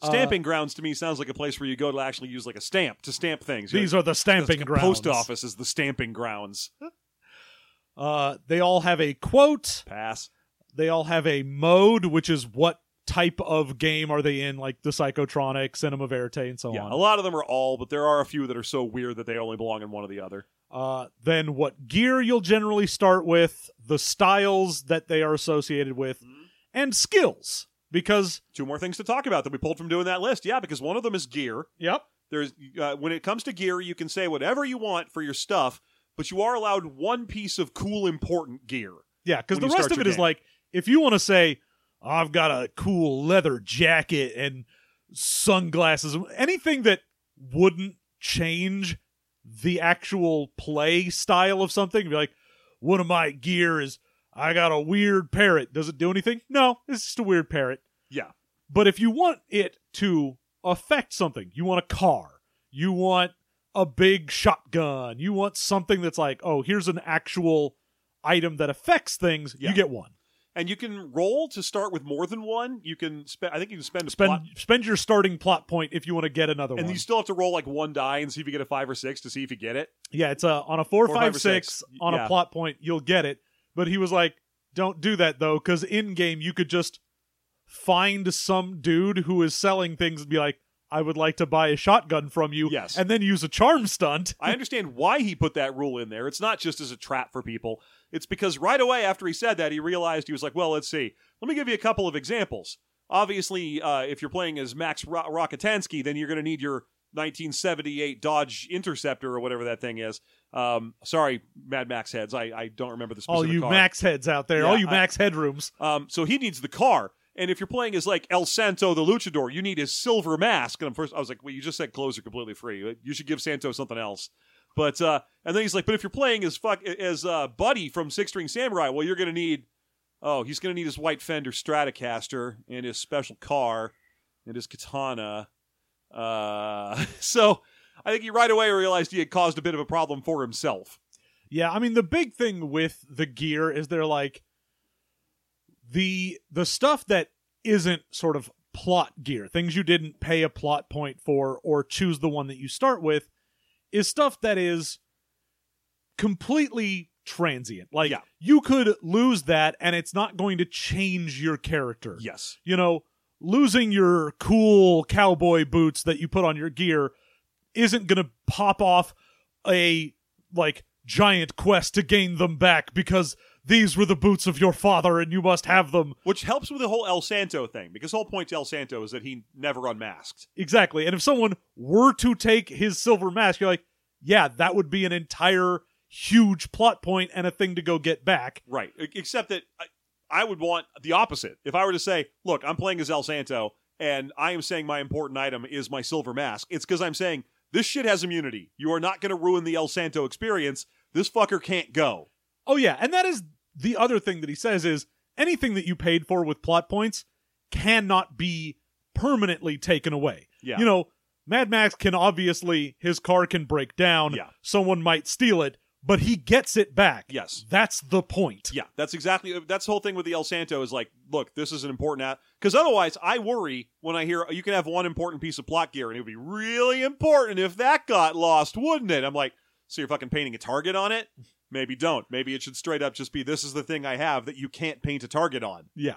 Uh, Stamping grounds to me sounds like a place where you go to actually use like a stamp to stamp things. You These know, are the it's stamping like a grounds. Post office is the stamping grounds. Uh, they all have a quote. Pass. They all have a mode, which is what type of game are they in, like the Psychotronic, Cinema Verite, and so yeah, a on. lot of them are all, but there are a few that are so weird that they only belong in one or the other. Uh, then what gear you'll generally start with, the styles that they are associated with, Mm-hmm. and skills. Because Two more things to talk about that we pulled from doing that list. Yeah, because one of them is gear. yep, There's uh, when it comes to gear, you can say whatever you want for your stuff, but you are allowed one piece of cool important gear. Yeah, because when you the rest start of your it is game. like if you want to say "Oh, I've got a cool leather jacket and sunglasses, anything that wouldn't change the actual play style of something, be like, one of my gear is I got a weird parrot. Does it do anything? No, it's just a weird parrot. Yeah. But if you want it to affect something, you want a car, You want a big shotgun. You want something that's like, oh, here's an actual item that affects things. Yeah. You get one. and you can roll to start with more than one. You can spend. I think you can spend a Spend plot- spend your starting plot point if you want to get another and one. you still have to roll like one die and see if you get a five or six to see if you get it. yeah, it's a, on a four, Four, five, six five, or six. on Yeah. a plot point, you'll get it. But he was like, don't do that though, because in game you could just find some dude who is selling things and be like, I would like to buy a shotgun from you. Yes. And then use a charm stunt. I understand why he put that rule in there. It's not just as a trap for people. It's because right away after he said that, he realized he was like, well, let's see. Let me give you a couple of examples. Obviously, uh, if you're playing as Max Ro- Rockatansky, then you're going to need your 1978 Dodge Interceptor or whatever that thing is. Um, sorry, Mad Max heads. I, I don't remember the specific all Oh, you car. max heads out there, Yeah, all you I- max headrooms. Um, so he needs the car. And if you're playing as like El Santo the Luchador, you need his silver mask. And I'm first, I was like, well, you just said clothes are completely free. You should give Santo something else. But uh, and then he's like, but if you're playing as fuck as uh, Buddy from Six String Samurai, well, you're gonna need oh, he's gonna need his white Fender Stratocaster and his special car and his katana. Uh, *laughs* so I think he right away realized he had caused a bit of a problem for himself. Yeah, I mean the big thing with the gear is they're like the the stuff that isn't sort of plot gear, things you didn't pay a plot point for or choose the one that you start with is stuff that is completely transient. Like Yeah. you could lose that and it's not going to change your character Yes, you know, losing your cool cowboy boots that you put on your gear isn't going to pop off a like giant quest to gain them back because these were the boots of your father and you must have them. which helps with the whole El Santo thing because the whole point to El Santo is that he never unmasked. Exactly. And if someone were to take his silver mask, you're like, yeah, that would be an entire huge plot point and a thing to go get back. Right. E- Except that I, I would want the opposite. If I were to say, look, I'm playing as El Santo, and I am saying my important item is my silver mask, it's because I'm saying this shit has immunity. You are not going to ruin the El Santo experience. This fucker can't go. Oh yeah, and that is the other thing that he says is anything that you paid for with plot points cannot be permanently taken away. Yeah. You know, Mad Max can obviously his car can break down, Yeah. someone might steal it, but he gets it back. Yes. That's the point. Yeah, that's exactly that's the whole thing with the El Santo is like, look, this is an important out because otherwise I worry when I hear you can have one important piece of plot gear and it would be really important if that got lost, wouldn't it? I'm like, so you're fucking painting a target on it? Maybe don't. Maybe it should straight up just be this is the thing I have that you can't paint a target on. Yeah.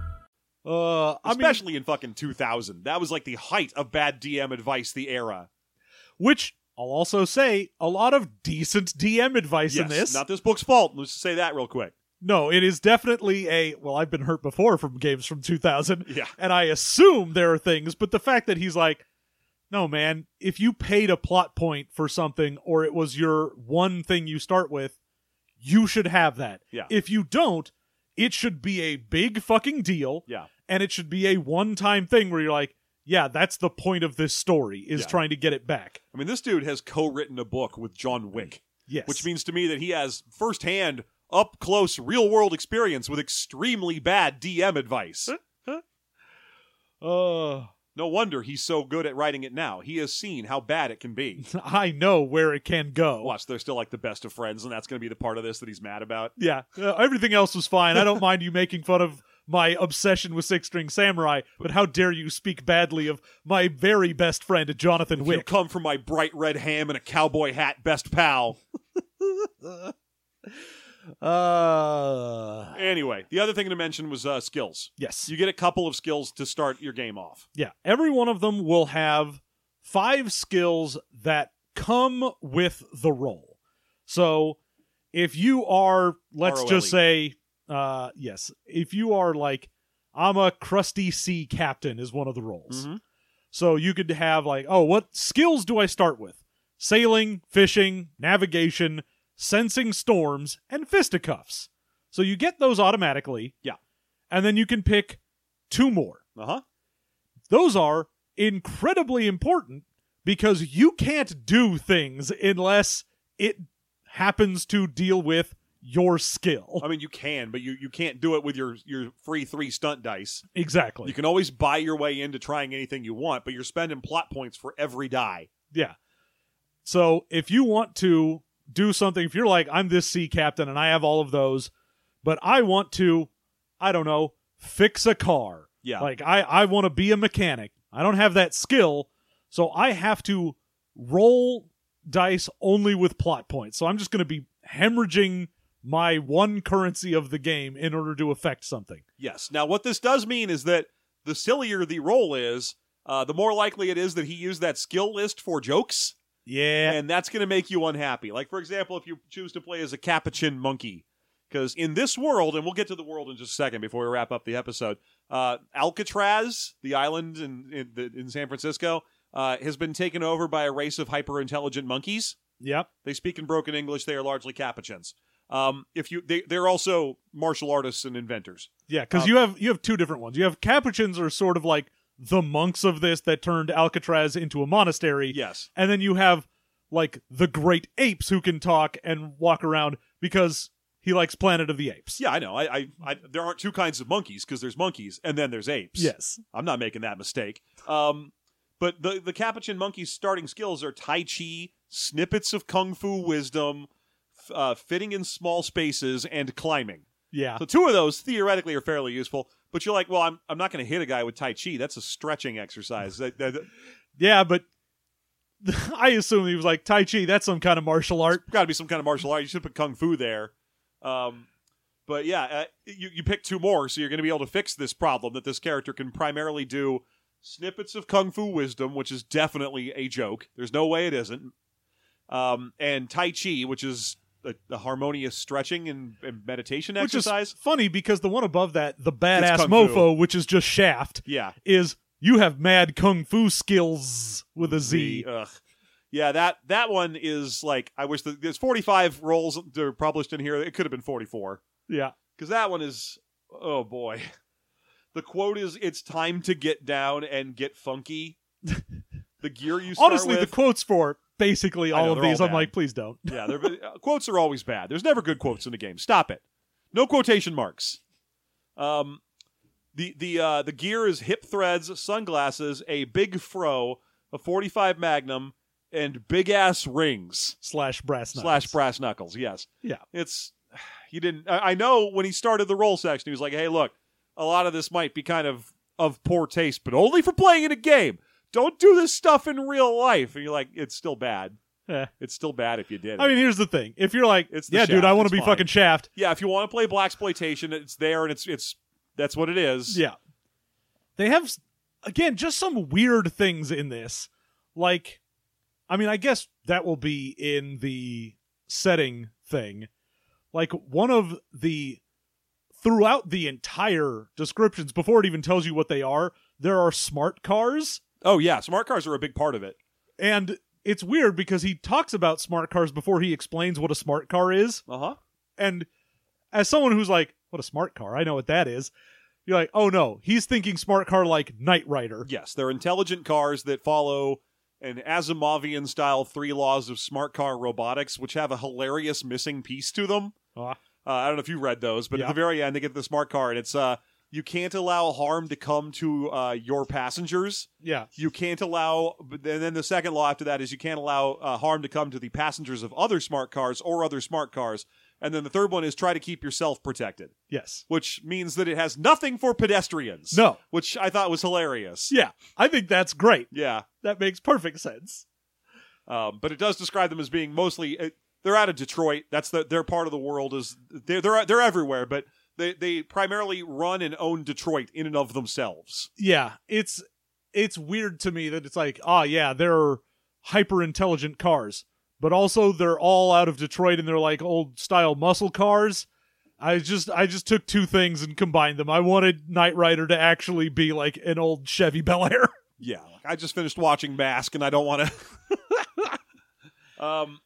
Uh I mean Especially in fucking 2000. That was like the height of bad DM advice the era. which I'll also say a lot of decent DM advice in Yes, this. not this book's fault. Let's just say that real quick. No, it is definitely a well, I've been hurt before from games from 2000. Yeah. And I assume there are things, but the fact that he's like, no, man, if you paid a plot point for something or it was your one thing you start with, you should have that. Yeah. If you don't, it should be a big fucking deal. Yeah. And it should be a one time thing where you're like, yeah, that's the point of this story is Yeah. trying to get it back. I mean, this dude has co-written a book with John Wick. Yes. Which means to me that he has firsthand, up close, real world experience with extremely bad DM advice. uh, No wonder he's so good at writing it now. He has seen how bad it can *laughs* be. Oh, I know where it can go. Watch, they're still like the best of friends, and that's going to be the part of this that he's mad about. Yeah, uh, everything else was fine. I don't mind you making fun of my obsession with Six String Samurai, but how dare you speak badly of my very best friend, Jonathan You *laughs* Wick? come from my bright red ham and a cowboy hat, best pal. Uh, Anyway, the other thing to mention was uh, skills. yes. You get a couple of skills to start your game off. yeah, every one of them will have five skills that come with the role. So if you are, let's just say, uh, Mm-hmm. yes, if you are like, I'm a crusty sea captain, is one of the roles. So you could have like, oh, what skills do I start with? Sailing, fishing, navigation, sensing storms, and fisticuffs. So you get those automatically. Yeah. And then you can pick two more. Uh huh. Those are incredibly important because you can't do things unless it happens to deal with your skill. I mean, you can, but you, you can't do it with your, your free three stunt dice. Exactly. You can always buy your way into trying anything you want, but you're spending plot points for every die. Yeah. So if you want to do something, if you're like, I'm this sea captain and I have all of those, but I want to, I don't know, fix a car. Yeah. Like I, I want to be a mechanic. I don't have that skill, so I have to roll dice only with plot points. So I'm just going to be hemorrhaging my one currency of the game in order to affect something. Yes. Now, what this does mean is that the sillier the roll is, uh, the more likely it is that he used that skill list for jokes, Yeah. and that's going to make you unhappy. Like, for example, if you choose to play as a capuchin monkey, because in this world, and we'll get to the world in just a second before we wrap up the episode, uh, Alcatraz, the island in in, the, in San Francisco, uh, has been taken over by a race of hyper intelligent monkeys. Yep. They speak in broken English. They are largely capuchins. Um, if you, they, they're also martial artists and inventors. Yeah, Um, because you have you have two different ones. You have Capuchins are sort of like the monks of this that turned Alcatraz into a monastery. Yes. and then you have like the great apes who can talk and walk around because he likes Planet of the Apes. Yeah, I know. I, I, I there aren't two kinds of monkeys because there's monkeys and then there's apes. Yes. I'm not making that mistake. Um, but the the capuchin monkey's starting skills are tai chi, snippets of kung fu wisdom, f- uh, fitting in small spaces, and climbing. Yeah. So two of those theoretically are fairly useful. But you're like, well, I'm I'm not going to hit a guy with tai chi. That's a stretching exercise. That- that- that- Yeah, but *laughs* I assume he was like Tai Chi, that's some kind of martial art. got to be some kind of martial art. You should put kung fu there. Um, but yeah, uh, you you pick two more, so you're going to be able to fix this problem that this character can primarily do snippets of kung fu wisdom, which is definitely a joke. There's no way it isn't. Um, and tai chi, which is a, a harmonious stretching and, and meditation Which exercise. is funny because the one above that, the It's badass kung fu. mofo, which is just shaft, yeah. is you have mad kung fu skills with a Z. The, ugh. Yeah, that that one is like I wish the, there's 45 rolls that are published in here. It could have been 44. Yeah. because that one is oh boy the quote is it's time to get down and get funky the gear you start Honestly, the with- quotes for basically I know, all of they're these, all I'm bad. like, please don't. yeah they're, uh, quotes are always bad there's never good quotes in the game stop it no quotation marks um the the uh the gear is hip threads sunglasses a big fro a 45 magnum and big ass rings Slash brass knuckles. slash brass knuckles yes Yeah. it's *sighs* he didn't I, I know when he started the roll section he was like hey look a lot of this might be kind of of poor taste but only for playing in a game don't do this stuff in real life and you're like it's still bad Yeah. it's still bad if you did it. Eh. I mean, here's the thing. If you're like, It's the yeah, dude, shaft, I want it's to be fine." fucking shaft. yeah if you want to play black exploitation it's there and it's it's that's what it is Yeah. They have, s- again, just some weird things in this. Like, I mean, I guess that will be in the setting thing. Like, one of the, throughout the entire descriptions, before it even tells you what they are, there are smart cars. oh yeah smart cars are a big part of it And it's weird because he talks about smart cars before he explains what a smart car is. uh-huh And as someone who's like, what a smart car, I know what that is. You're like, oh no, he's thinking smart car like Knight Rider. yes they're intelligent cars that follow an asimovian style three laws of smart car robotics which have a hilarious missing piece to them Ah, Uh, I don't know if you read those, but at Yeah. the very end, they get the smart car, and it's uh, you can't allow harm to come to uh, your passengers. yeah. You can't allow, and then the second law after that is you can't allow uh, harm to come to the passengers of other smart cars or other smart cars. And then the third one is try to keep yourself protected, Yes. which means that it has nothing for pedestrians. No. which I thought was hilarious. Yeah. I think that's great. Yeah, That makes perfect sense. um, but it does describe them as being mostly uh, they're out of Detroit. That's the, their part of the world is they're they're, they're everywhere, but they, they primarily run and own Detroit in and of themselves. Yeah. It's it's weird to me that it's like, ah yeah, they're hyper intelligent cars. But also they're all out of Detroit and they're like old style muscle cars. I just I just took two things and combined them. I wanted Knight Rider to actually be like an old Chevy Bel Air. *laughs* Yeah, like, I just finished watching Mask, and I don't want to. *laughs* um,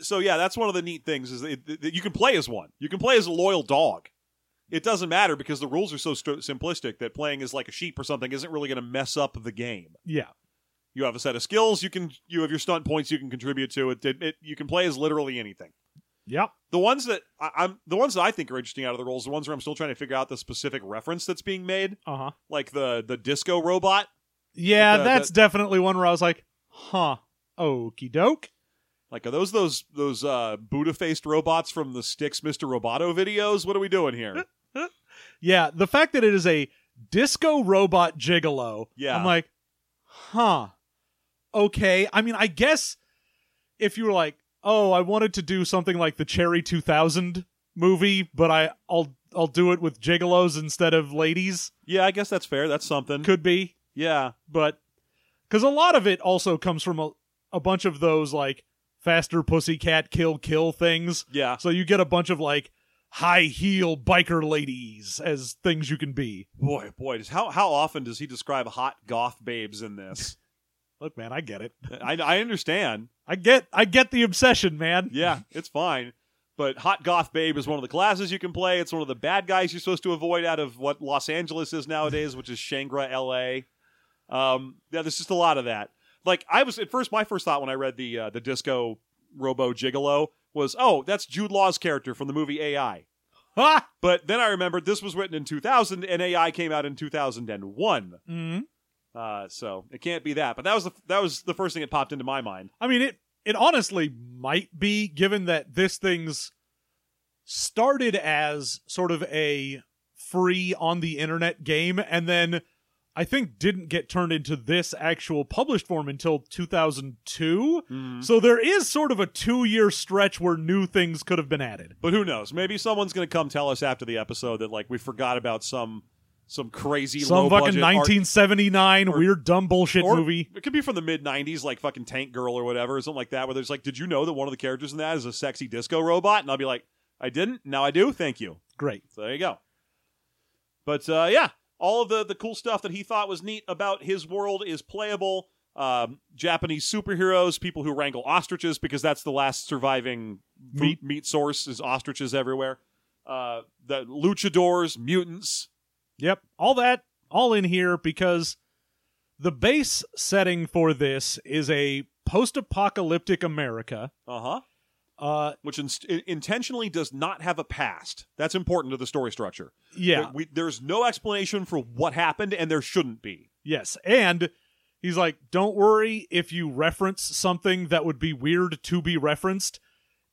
so yeah, that's one of the neat things is that it- that you can play as one. You can play as a loyal dog. It doesn't matter because the rules are so st- simplistic that playing as like a sheep or something isn't really going to mess up the game. Yeah. You have a set of skills. You can you have your stunt points. You can contribute to it. It, it you can play as literally anything. Yep. The ones that I, I'm the ones that I think are interesting out of the rules, the ones where I'm still trying to figure out the specific reference that's being made, Uh huh. like the the disco robot. Yeah, Like, uh, that's that- definitely one where I was like, huh, okie doke. Like are those those those uh, Buddha faced robots from the Sticks Mr. Roboto videos? What are we doing here? Yeah, the fact that it is a disco robot gigolo. Yeah. I'm like, huh. Okay. I mean, I guess if you were like, oh, I wanted to do something like the Cherry 2000 movie, but I, I'll I'll do it with gigolos instead of ladies. yeah, I guess that's fair. That's something. Could be, yeah, but because a lot of it also comes from a, a bunch of those like faster pussycat kill kill things. yeah. So you get a bunch of like high heel biker ladies as things you can be. Boy, boy, does, how how often does he describe hot goth babes in this? *laughs* Look, man, I get it. I, I understand. I get I get the obsession, man. *laughs* Yeah, it's fine. But Hot Goth Babe is one of the classes you can play. It's one of the bad guys you're supposed to avoid out of what Los Angeles is nowadays, which is Shangri LA. Um, yeah, there's just a lot of that. Like I was at first, my first thought when I read the uh, the disco Robo Gigolo was, oh, that's Jude Law's character from the movie AI. Ha! But then I remembered this was written in 2000, and AI came out in 2001. Mhm. Uh, so it can't be that. But that was the that was the first thing that popped into my mind. I mean it it honestly might be given that this thing's started as sort of a free on the internet game and then I think didn't get turned into this actual published form until 2002. Mm-hmm. So there is sort of a 2-year stretch where new things could have been added. But who knows? Maybe someone's going to come tell us after the episode that like we forgot about some some crazy Some low fucking budget art- 1979 weird dumb bullshit or movie. It could be from the mid '90s, like fucking Tank Girl or whatever, or something like that. Where there's like, did you know that one of the characters in that is a sexy disco robot? And I'll be like, I didn't. Now I do. Thank you. Great. So there you go. But uh, yeah, all of the the cool stuff that he thought was neat about his world is playable. Um, Japanese superheroes, people who wrangle ostriches, because that's the last surviving food- Meat. meat source is ostriches everywhere. Uh, the luchadors, mutants. Yep. All that, all in here because the base setting for this is a post apocalyptic America. Uh huh. Uh, Which in- intentionally does not have a past. That's important to the story structure. yeah. There- we, there's no explanation for what happened, and there shouldn't be. Yes. And he's like, don't worry if you reference something that would be weird to be referenced.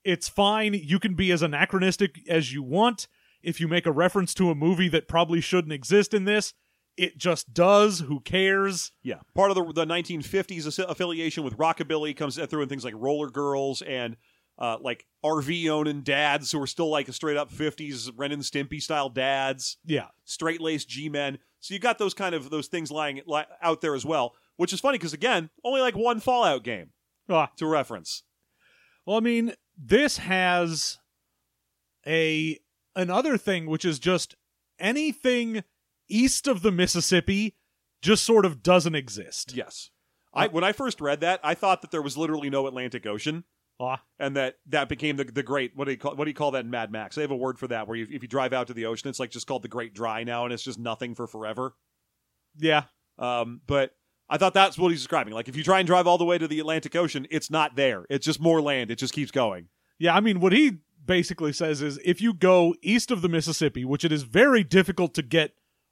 It's fine. You can be as anachronistic as you want. If you make a reference to a movie that probably shouldn't exist in this, it just does. Who cares? Yeah, part of the the 1950s assi- affiliation with rockabilly comes through in things like Roller Girls and uh, like RV owning dads who are still like straight up 50s Ren and Stimpy style dads, Yeah. straight laced G men. So you got those kind of those things lying li- out there as well, which is funny because again, only like one Fallout game Ah. to reference. Well, I mean, this has a another thing which is just anything east of the Mississippi just sort of doesn't exist. Yes, I when I first read that, I thought that there was literally no Atlantic Ocean. Ah, and that that became the the great what do you call what do you call that in Mad Max? They have a word for that where you, if you drive out to the ocean, it's like just called the Great Dry now, and it's just nothing for forever. yeah. Um, but I thought that's what he's describing. Like if you try and drive all the way to the Atlantic Ocean, it's not there. It's just more land. It just keeps going. Yeah, I mean, what he basically says is if you go east of the Mississippi, which it is very difficult to get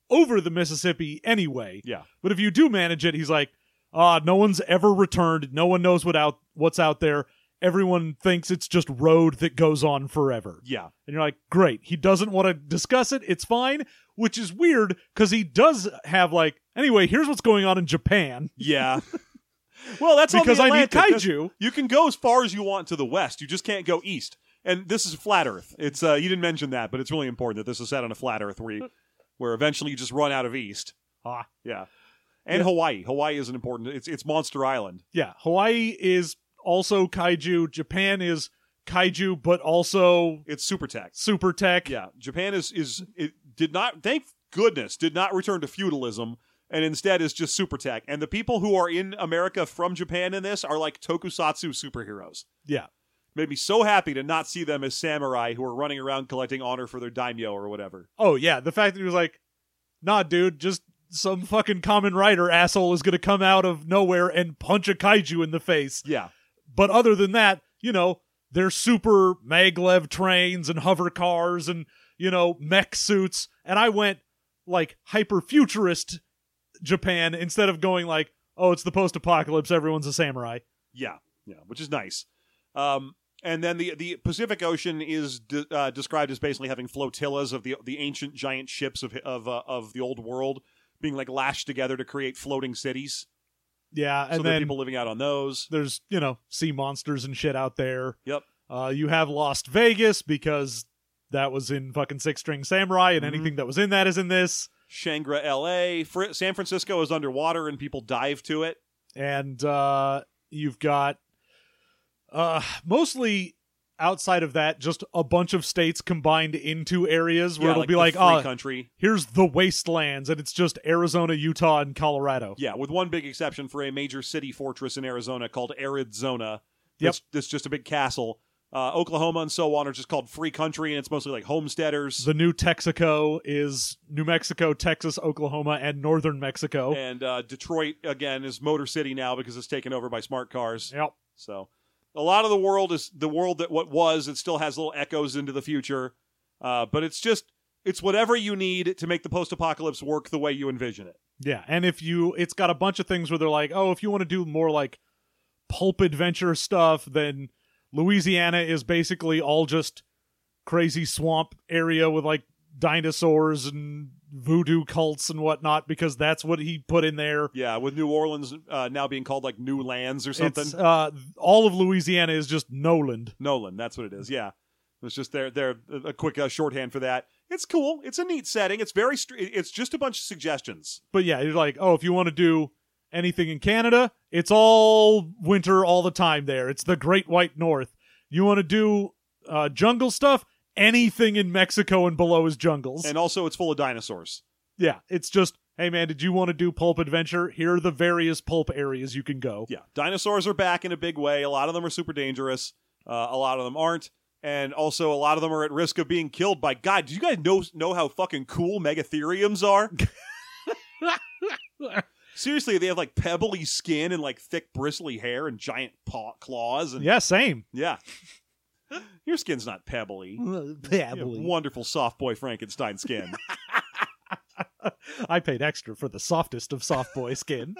over the Mississippi anyway, Yeah, but if you do manage it, he's like, ah, no one's ever returned. No one knows what out what's out there. Everyone thinks it's just road that goes on forever. yeah, And you're like, great, he doesn't want to discuss it. It's fine, which is weird because he does have like, anyway, here's what's going on in Japan. *laughs* yeah. well, that's on the Because I need Atlantic. That's- kaiju. You can go as far as you want to the west. You just can't go east. And this is flat Earth. It's uh, you didn't mention that, but it's really important that this is set on a flat Earth where you, where eventually you just run out of east. Ah, Yeah. And Hawaii. Hawaii is an important it's it's Monster Island. yeah. Hawaii is also kaiju. Japan is kaiju, but also It's super tax. super tech. Yeah. Japan is is it did not thank goodness did not return to feudalism and instead is just Super Tech. And the people who are in America from Japan in this are like tokusatsu superheroes. Yeah. Made me so happy to not see them as samurai who are running around collecting honor for their daimyo or whatever. Oh yeah, the fact that he was like, "Nah, dude, just some fucking common writer asshole is gonna come out of nowhere and punch a kaiju in the face." Yeah. But other than that, you know, they're super maglev trains and hover cars and you know mech suits. And I went like hyper futurist Japan instead of going like, "Oh, it's the post apocalypse. Everyone's a samurai." Yeah, yeah, which is nice. Um, and then the the Pacific Ocean is de- uh, described as basically having flotillas of the the ancient giant ships of of uh, of the old world being like lashed together to create floating cities. Yeah, and so there are then people living out on those. there's you know sea monsters and shit out there. Yep. Uh, you have Lost Vegas because that was in fucking Six String Samurai, and anything that was in that is in this. Shangri La, Fr- San Francisco is underwater and people dive to it. And uh, you've got uh, mostly outside of that, just a bunch of states combined into areas where Yeah, it'll be the like, free oh, country. here's the wastelands, and it's just Arizona, Utah, and Colorado. Yeah, with one big exception for a major city fortress in Arizona called Aridzona. Yep. That's, that's just a big castle. Uh, Oklahoma and so on are just called free country, and it's mostly like homesteaders. The new Texaco is New Mexico, Texas, Oklahoma, and northern Mexico. and uh, Detroit again is Motor City now because it's taken over by smart cars. Yep. So a lot of the world is the world that what was. It still has little echoes into the future, uh, but it's just it's whatever you need to make the post-apocalypse work the way you envision it. Yeah, and if you, it's got a bunch of things where they're like, oh, if you want to do more like pulp adventure stuff, then Louisiana is basically all just crazy swamp area with like dinosaurs and voodoo cults and whatnot because that's what he put in there. Yeah, with New Orleans uh, now being called like New Lands or something. It's, uh, all of Louisiana is just Noland. Nolan, that's what it is. Yeah, it's just their their a quick uh, shorthand for that. It's cool. It's a neat setting. It's very. Str- it's just a bunch of suggestions. But yeah, you're like, oh, if you want to do anything in Canada, it's all winter all the time there. It's the Great White North. You want to do uh, jungle stuff? Anything in Mexico and below is jungles. And also, it's full of dinosaurs. yeah, it's just, hey man, did you want to do pulp adventure? Here are the various pulp areas you can go. Yeah, dinosaurs are back in a big way. A lot of them are super dangerous. Uh, a lot of them aren't, and also a lot of them are at risk of being killed by God. Do you guys know know how fucking cool megatheriums *laughs* are? Seriously, they have like pebbly skin and like thick bristly hair and giant paw claws and Yeah, same. yeah. *laughs* Your skin's not pebbly. You have wonderful soft boy Frankenstein *laughs* skin. I paid extra for the softest of soft boy skin.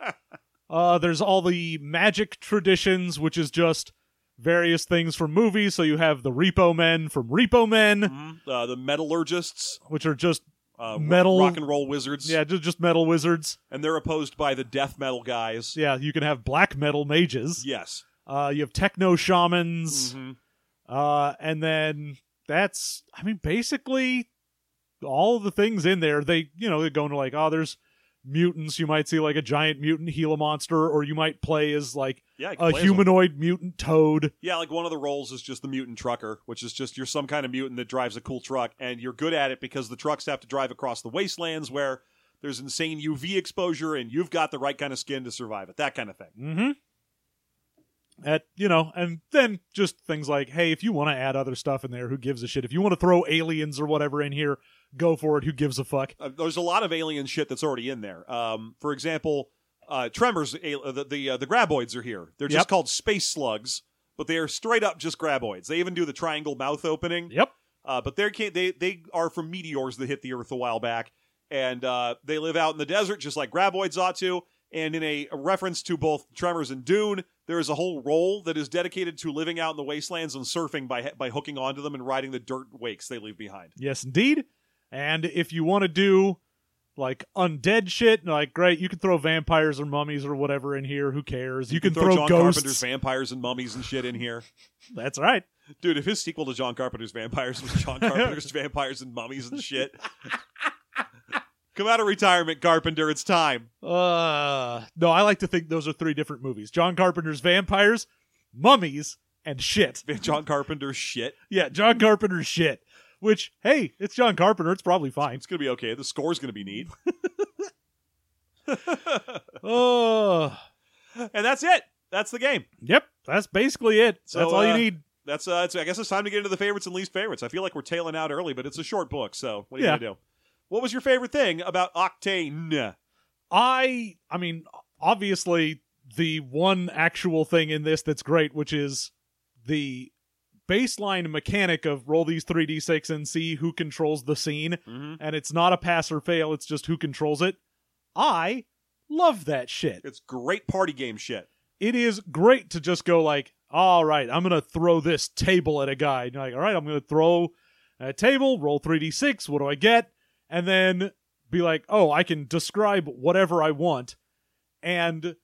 *laughs* uh, there's all the magic traditions, which is just various things from movies. So you have the Repo Men from Repo Men, uh, the metallurgists, which are just uh, Metal- rock and roll wizards, yeah, just, just metal wizards. and they're opposed by the death metal guys. Yeah, you can have black metal mages. Yes. Uh, you have techno shamans, hmm uh, and then that's I mean basically all the things in there. They you know they go into like oh there's mutants. You might see like a giant mutant Gila monster, or you might play as like Yeah, it a plays them. humanoid mutant toad. Yeah, like one of the roles is just the mutant trucker, which is just you're some kind of mutant that drives a cool truck, and you're good at it because the trucks have to drive across the wastelands where there's insane UV exposure, and you've got the right kind of skin to survive it. That kind of thing. Mm-hmm. At you know, and then just things like, hey, if you want to add other stuff in there, who gives a shit? If you want to throw aliens or whatever in here, go for it. Who gives a fuck? Uh, there's a lot of alien shit that's already in there. Um, for example, uh, Tremors, al- uh, the the, uh, the graboids are here. They're just Yep. called space slugs, but they are straight up just graboids. They even do the triangle mouth opening. Yep. Uh, but they can't. They they are from meteors that hit the Earth a while back, and uh, they live out in the desert just like graboids ought to. And in a, a reference to both Tremors and Dune, there is a whole role that is dedicated to living out in the wastelands and surfing by by hooking onto them and riding the dirt wakes they leave behind. Yes, indeed. And if you want to do like undead shit, like great, you can throw vampires or mummies or whatever in here. Who cares? You, can, throw, John Carpenter's ghosts. vampires and mummies and shit in here, That's right. dude. If his sequel to John Carpenter's vampires was *laughs* John Carpenter's vampires and mummies and shit, come out of retirement, Carpenter. It's time. Uh, no, I like to think those are three different movies: John Carpenter's vampires, mummies, and shit. John Carpenter's shit. Yeah, John Carpenter's shit. *laughs* Which, hey, it's John Carpenter. It's probably fine. It's gonna be okay. The score's gonna be neat. oh, *laughs* and that's it. That's the game. yep. That's basically it. So, that's all you uh, need. That's uh, it's, I guess it's time to get into the favorites and least favorites. I feel like we're tailing out early, but it's a short book, so what are you Yeah. gonna do? What was your favorite thing about Octane? I I mean obviously the one actual thing in this that's great which is the baseline mechanic of roll these 3d6 and see who controls the scene Mhm. and it's not a pass or fail it's just who controls it. I love that shit. It's great party game shit. It is great to just go like all right, I'm going to throw this table at a guy. And you're like all right, I'm going to throw a table, roll 3d6, what do I get? And then be like, oh, I can describe whatever I want. And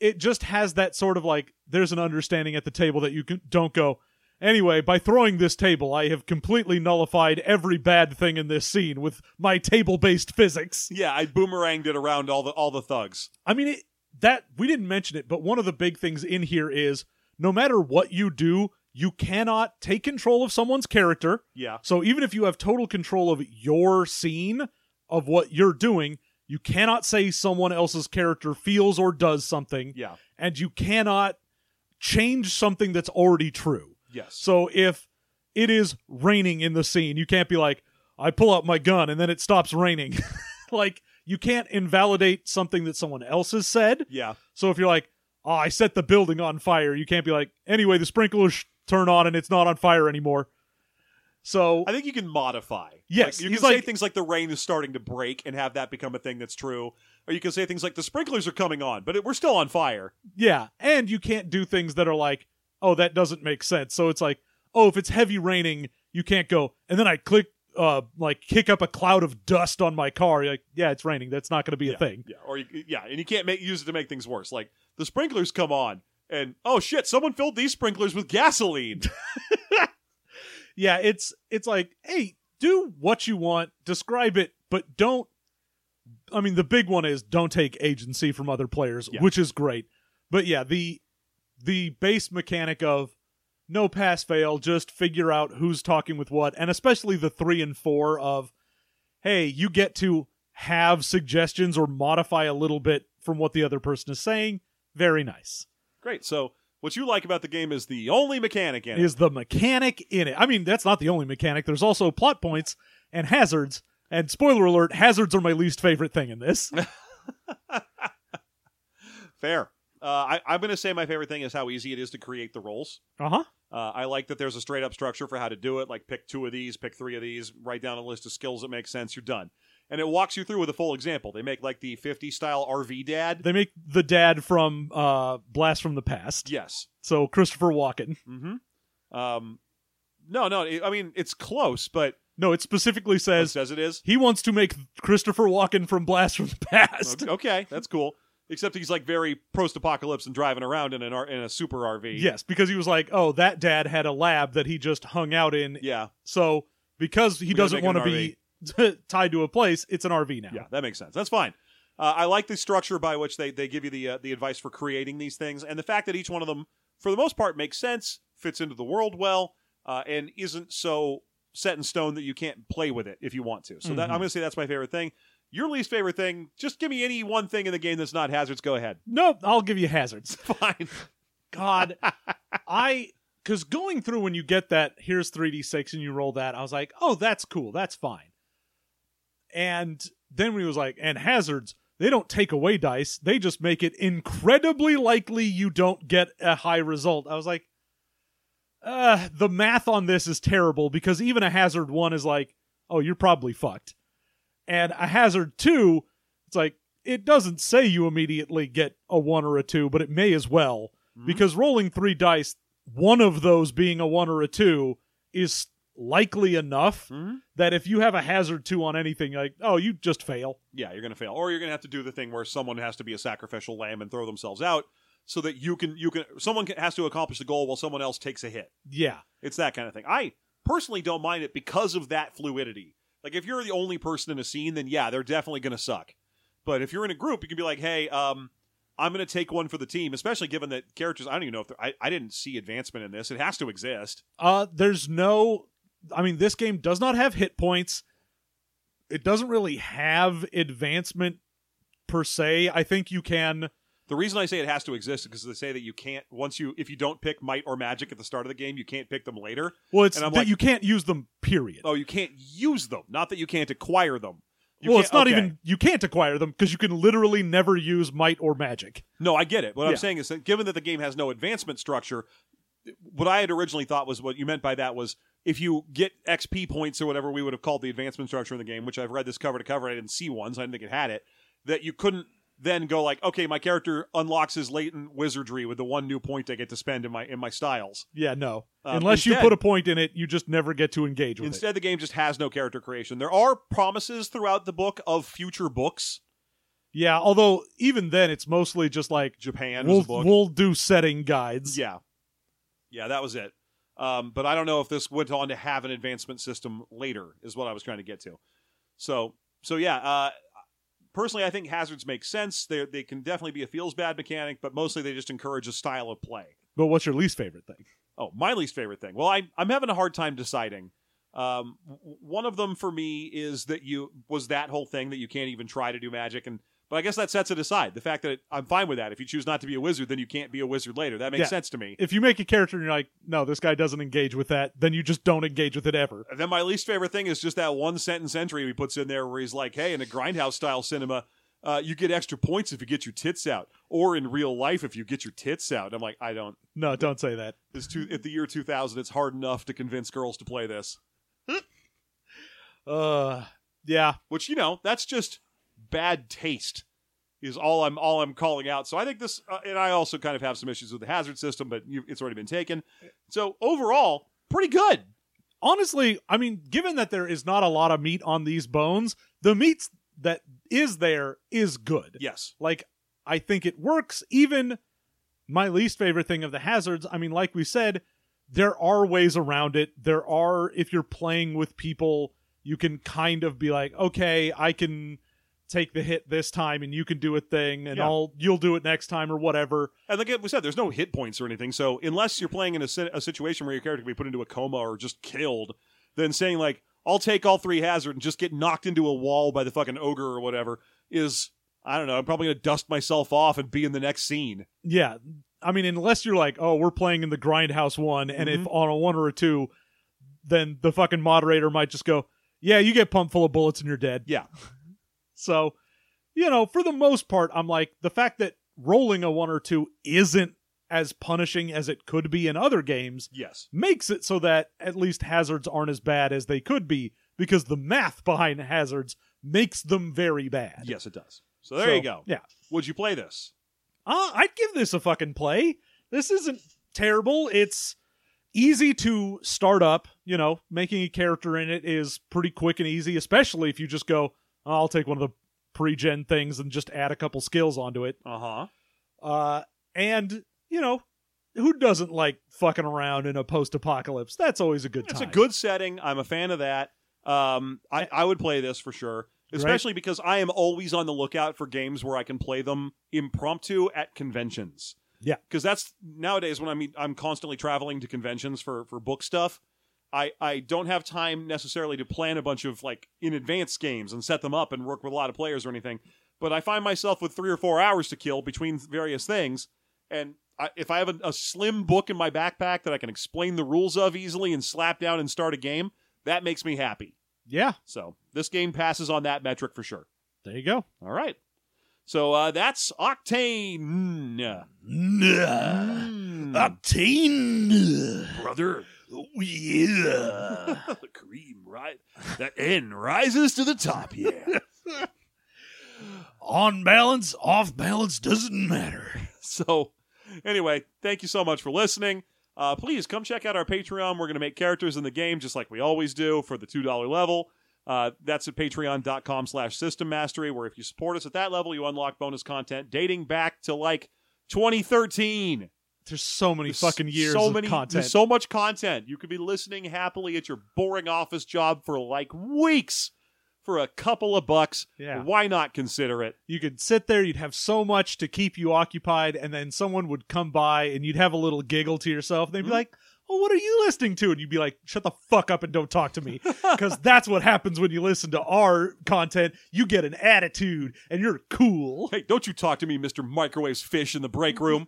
it just has that sort of like, there's an understanding at the table that you can, don't go, anyway, by throwing this table, I have completely nullified every bad thing in this scene with my table based physics. Yeah, I boomeranged it around all the all the thugs. I mean, it, that, we didn't mention it, but one of the big things in here is no matter what you do, you cannot take control of someone's character. Yeah, So even if you have total control of your scene of what you're doing, you cannot say someone else's character feels or does something, yeah, and you cannot change something that's already true. yes. So if it is raining in the scene, you can't be like, I pull out my gun and then it stops raining. *laughs* like you can't invalidate something that someone else has said. yeah, So if you're like, oh, I set the building on fire, you can't be like, anyway, the sprinklers sh- turn on and it's not on fire anymore. So I think you can modify. Yes, Like, you he's can say like- things like the rain is starting to break and have that become a thing that's true, or you can say things like the sprinklers are coming on, but it, we're still on fire. yeah, and you can't do things that are like, oh, that doesn't make sense. So it's like, oh, if it's heavy raining, you can't go. And then I click, uh, like kick up a cloud of dust on my car. You're like, yeah, it's raining. That's not going to be a thing. Yeah, or you, yeah, and you can't make use it to make things worse. Like the sprinklers come on, and oh shit, someone filled these sprinklers with *laughs* gasoline. yeah it's it's like hey do what you want describe it but don't i mean the big one is don't take agency from other players Yeah. which is great but yeah the the base mechanic of no pass fail just figure out who's talking with what and especially the 3 and 4 of hey you get to have suggestions or modify a little bit from what the other person is saying very nice Great. So what you like about the game is the only mechanic in it. is the mechanic in it. I mean, that's not the only mechanic. There's also plot points and hazards. And spoiler alert, hazards are my least favorite thing *laughs* in this. Fair. Uh, I, I'm going to say my favorite thing is how easy it is to create the roles. Uh-huh. Uh, I like that there's a straight up structure for how to do it. Like pick two of these, pick three of these, write down a list of skills that make sense. You're done. And it walks you through with a full example. They make like the 50 style RV dad. They make the dad from uh Blast from the Past. yes. So Christopher Walken. Mm-hmm. Um, no, no. It, I mean, it's close, but No, it specifically as, says as it is, he wants to make Christopher Walken from Blast from the Past. okay, okay, that's cool. Except he's like very post apocalypse and driving around in an R- in a super RV. *laughs* Yes, because he was like, "Oh, that dad had a lab that he just hung out in." Yeah. So because he We gotta doesn't make it want to an be *laughs* tied to a place, it's an RV now. Yeah, that makes sense. That's fine. Uh, I like the structure by which they, they give you the uh, the advice for creating these things, and the fact that each one of them, for the most part, makes sense, fits into the world well, uh, and isn't so set in stone that you can't play with it if you want to. So that, Mhm. I'm going to say that's my favorite thing. Your least favorite thing? Just give me any one thing in the game that's not hazards. Go ahead. Nope, I'll give you hazards. Fine. God, I because going through when you get that here's 3d6 and you roll that, I was like, oh, that's cool, that's fine. And then we was like, and hazards, they don't take away dice; they just make it incredibly likely you don't get a high result. I was like, uh, the math on this is terrible because even a hazard one is like, oh, you're probably fucked, and a hazard two, it's like. It doesn't say you immediately get a one or a two, but it may as well because rolling three dice, one of those being a one or a two, is likely enough Mhm. that if you have a hazard two on anything, like oh, you just fail. Yeah, you're going to fail, or you're going to have to do the thing where someone has to be a sacrificial lamb and throw themselves out, so that you can you can someone can, has to accomplish the goal while someone else takes a hit. Yeah, It's that kind of thing. I personally don't mind it because of that fluidity. Like if you're the only person in a scene, then yeah, they're definitely going to suck. But if you're in a group, you can be like, hey, um, I'm going to take one for the team, especially given that characters. I don't even know if they're- I, I didn't see advancement in this. It has to exist. uh, there's no. I mean, this game does not have hit points. It doesn't really have advancement per se. I think you can. The reason I say it has to exist is because they say that you can't once you if you don't pick might or magic at the start of the game, you can't pick them later. Well, it's and that I'm like, you can't use them. Period. oh, you can't use them. Not that you can't acquire them. You well, can't- it's not okay. even you can't acquire them because you can literally never use might or magic. No, I get it. What I'm Yeah. saying is that given that the game has no advancement structure, what I had originally thought was what you meant by that was if you get XP points or whatever we would have called the advancement structure in the game, which I've read this cover to cover, I didn't see one, so I didn't think it had it, that you couldn't then go like, okay, my character unlocks his latent wizardry with the one new point I get to spend in my in my styles. Yeah, no. Um, Unless you instead- put a point in it, you just never get to engage with Instead, the game just has no character creation. There are promises throughout the book of future books. it. Yeah, although even then, it's mostly just like Japan was we'll, a book. we'll do setting guides. Yeah. Yeah, that was it. Um, but I don't know if this went on to have an advancement system later, is what I was trying to get to. So, so yeah, uh, personally, I think hazards make sense. They, they can definitely be a feels bad mechanic, but mostly they just encourage a style of play. But what's your least favorite thing? Oh, my least favorite thing. Well, I, I'm having a hard time deciding. Um, w- one of them for me is that you was that whole thing that you can't even try to do magic, and but I guess that sets it aside. The fact that it, I'm fine with that. If you choose not to be a wizard, then you can't be a wizard later. That makes Yeah. sense to me. If you make a character and you're like, no, this guy doesn't engage with that, then you just don't engage with it ever. And then my least favorite thing is just that one sentence entry he puts in there where he's like, "Hey, in a grindhouse style cinema, uh, you get extra points if you get your tits out, or in real life if you get your tits out." I'm like, I don't. No, don't say that. It's two at the year 2000. It's hard enough to convince girls to play this, Uh, yeah, which you know that's just bad taste. Is all I'm all I'm calling out. So I think this, uh, and I also kind of have some issues with the hazard system, but you, it's already been taken. So overall, pretty good. honestly, I mean, given that there is not a lot of meat on these bones, the meat that is there is good. Yes. Like, I think it works. Even my least favorite thing of the hazards, I mean, like we said, there are ways around it. There are, if you're playing with people, you can kind of be like, okay, I can take the hit this time and you can do a thing and Yeah. I'll you'll do it next time or whatever. And like we said, there's no hit points or anything. So unless you're playing in a, si- a situation where your character can be put into a coma or just killed, then saying like I'll take all three hazard and just get knocked into a wall by the fucking ogre or whatever is I don't know. I'm probably gonna dust myself off and be in the next scene. Yeah. I mean, unless you're like, oh, we're playing in the Grindhouse one, and if on a one or a two, then the fucking moderator might just go, yeah, you get pumped full of bullets and you're dead. Yeah, So, you know, for the most part, I'm like, the fact that rolling a one or two isn't as punishing as it could be in other games yes, makes it so that at least hazards aren't as bad as they could be because the math *laughs* behind hazards makes them very bad. yes, it does. So there So, you go. Yeah. Would you play this? Uh, I'd give this a fucking play. This isn't terrible. It's easy to start up. You know, making a character in it is pretty quick and easy, especially if you just go, "Oh, I'll take one of the pre gen things and just add a couple skills onto it. Uh huh. Uh, and, you know, who doesn't like fucking around in a post apocalypse? That's always a good It's a time. good setting. I'm a fan of that. Um, I, I would play this for sure, especially because I am always on the lookout for games where I can play them impromptu at conventions. Yeah. because that's nowadays when I mean I'm constantly traveling to conventions for for book stuff. I I don't have time necessarily to plan a bunch of like in advance games and set them up and work with a lot of players or anything. But I find myself with three or four hours to kill between various things, and I, if I have a, a slim book in my backpack that I can explain the rules of easily and slap down and start a game, that makes me happy. Yeah, So this game passes on that metric for sure. there you go. All right. So uh, that's Octane. Hmm. Octane. Brother. *laughs* Yeah. the cream, right? That N rises to the top, yeah. *laughs* On balance, off balance, doesn't matter. *laughs* So, anyway, thank you so much for listening. Uh, please come check out our Patreon. We're going to make characters in the game just like we always do for the $2 level. Uh, that's at patreon.com slash system mastery, where if you support us at that level, you unlock bonus content dating back to like 2013. There's so many fucking years so of many, content. There's so much content. You could be listening happily at your boring office job for like weeks for a couple of bucks. Yeah. Why not consider it? you could sit there you'd have so much Mm-hmm. to keep you occupied and then someone would come by and you'd have a little giggle to yourself and they'd be like well, what are you listening to? And you'd be like, shut the fuck up and don't talk to *laughs* me. Because that's what happens when you listen to our content. You get an attitude and you're cool. Hey, don't you talk to me, Mr. Microwaves Fish in the *laughs* break room.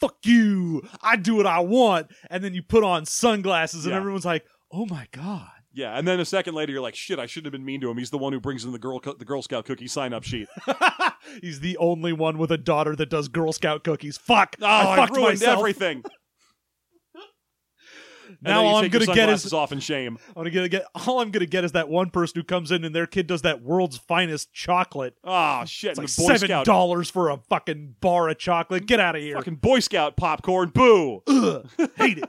Fuck you. I do what I want. And then you put on sunglasses and Yeah. everyone's like, oh my God. yeah, and then a second later, you're like, shit, I shouldn't have been mean to him. He's the one who brings in the Girl, the Girl Scout cookie sign up *laughs* sheet. Oh, He's the only one with a daughter that does Girl Scout cookies. Fuck. Oh, I I, fucked ruined myself. *laughs* everything. And then Now you all I'm take your gonna get sunglasses is off in shame. I'm gonna get all I'm gonna get is that one person who comes in and their kid does that world's finest chocolate. Ah, shit. It's like and the Boy seven Scout dollars for a fucking bar of chocolate. Get out of here. fucking Boy Scout popcorn. Boo. Hate it.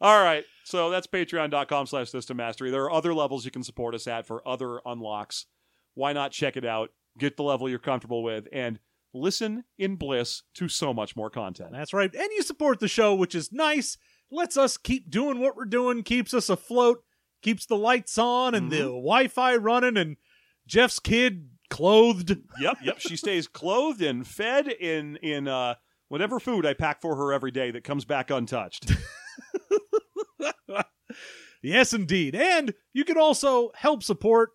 All right. So that's patreon.com slash system mastery. There are other levels you can support us at for other unlocks. Why not check it out? Get the level you're comfortable with and listen in bliss to so much more content. That's right. And you support the show, which is nice. Lets us keep doing what we're doing, keeps us afloat, keeps the lights on and Mm-hmm. the Wi-Fi running and Jeff's kid clothed. Yep, yep. She stays clothed and fed in in uh whatever food I pack for her every day that comes back untouched. Yes, indeed. And you can also help support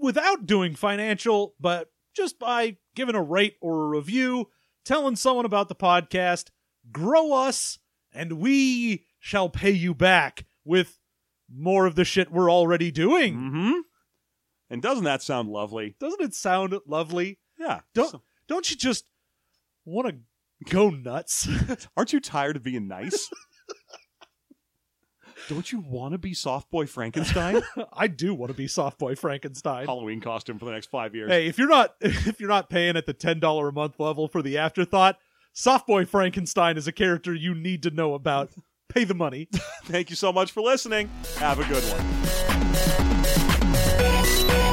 without doing financial, but just by giving a rate or a review, telling someone about the podcast, grow us, and we shall pay you back with more of the shit we're already doing. mm-hmm. And doesn't that sound lovely? Doesn't it sound lovely? Yeah. Don't So- don't you just want to go nuts? *laughs* aren't you tired of being nice? Don't you want to be soft boy Frankenstein? I do want to be soft boy Frankenstein. Halloween costume for the next five years. Hey, if you're not *laughs* if you're not paying at the ten dollar a month level for the afterthought, Softboy Frankenstein is a character you need to know about. Pay the money. Thank you so much for listening. Have a good one.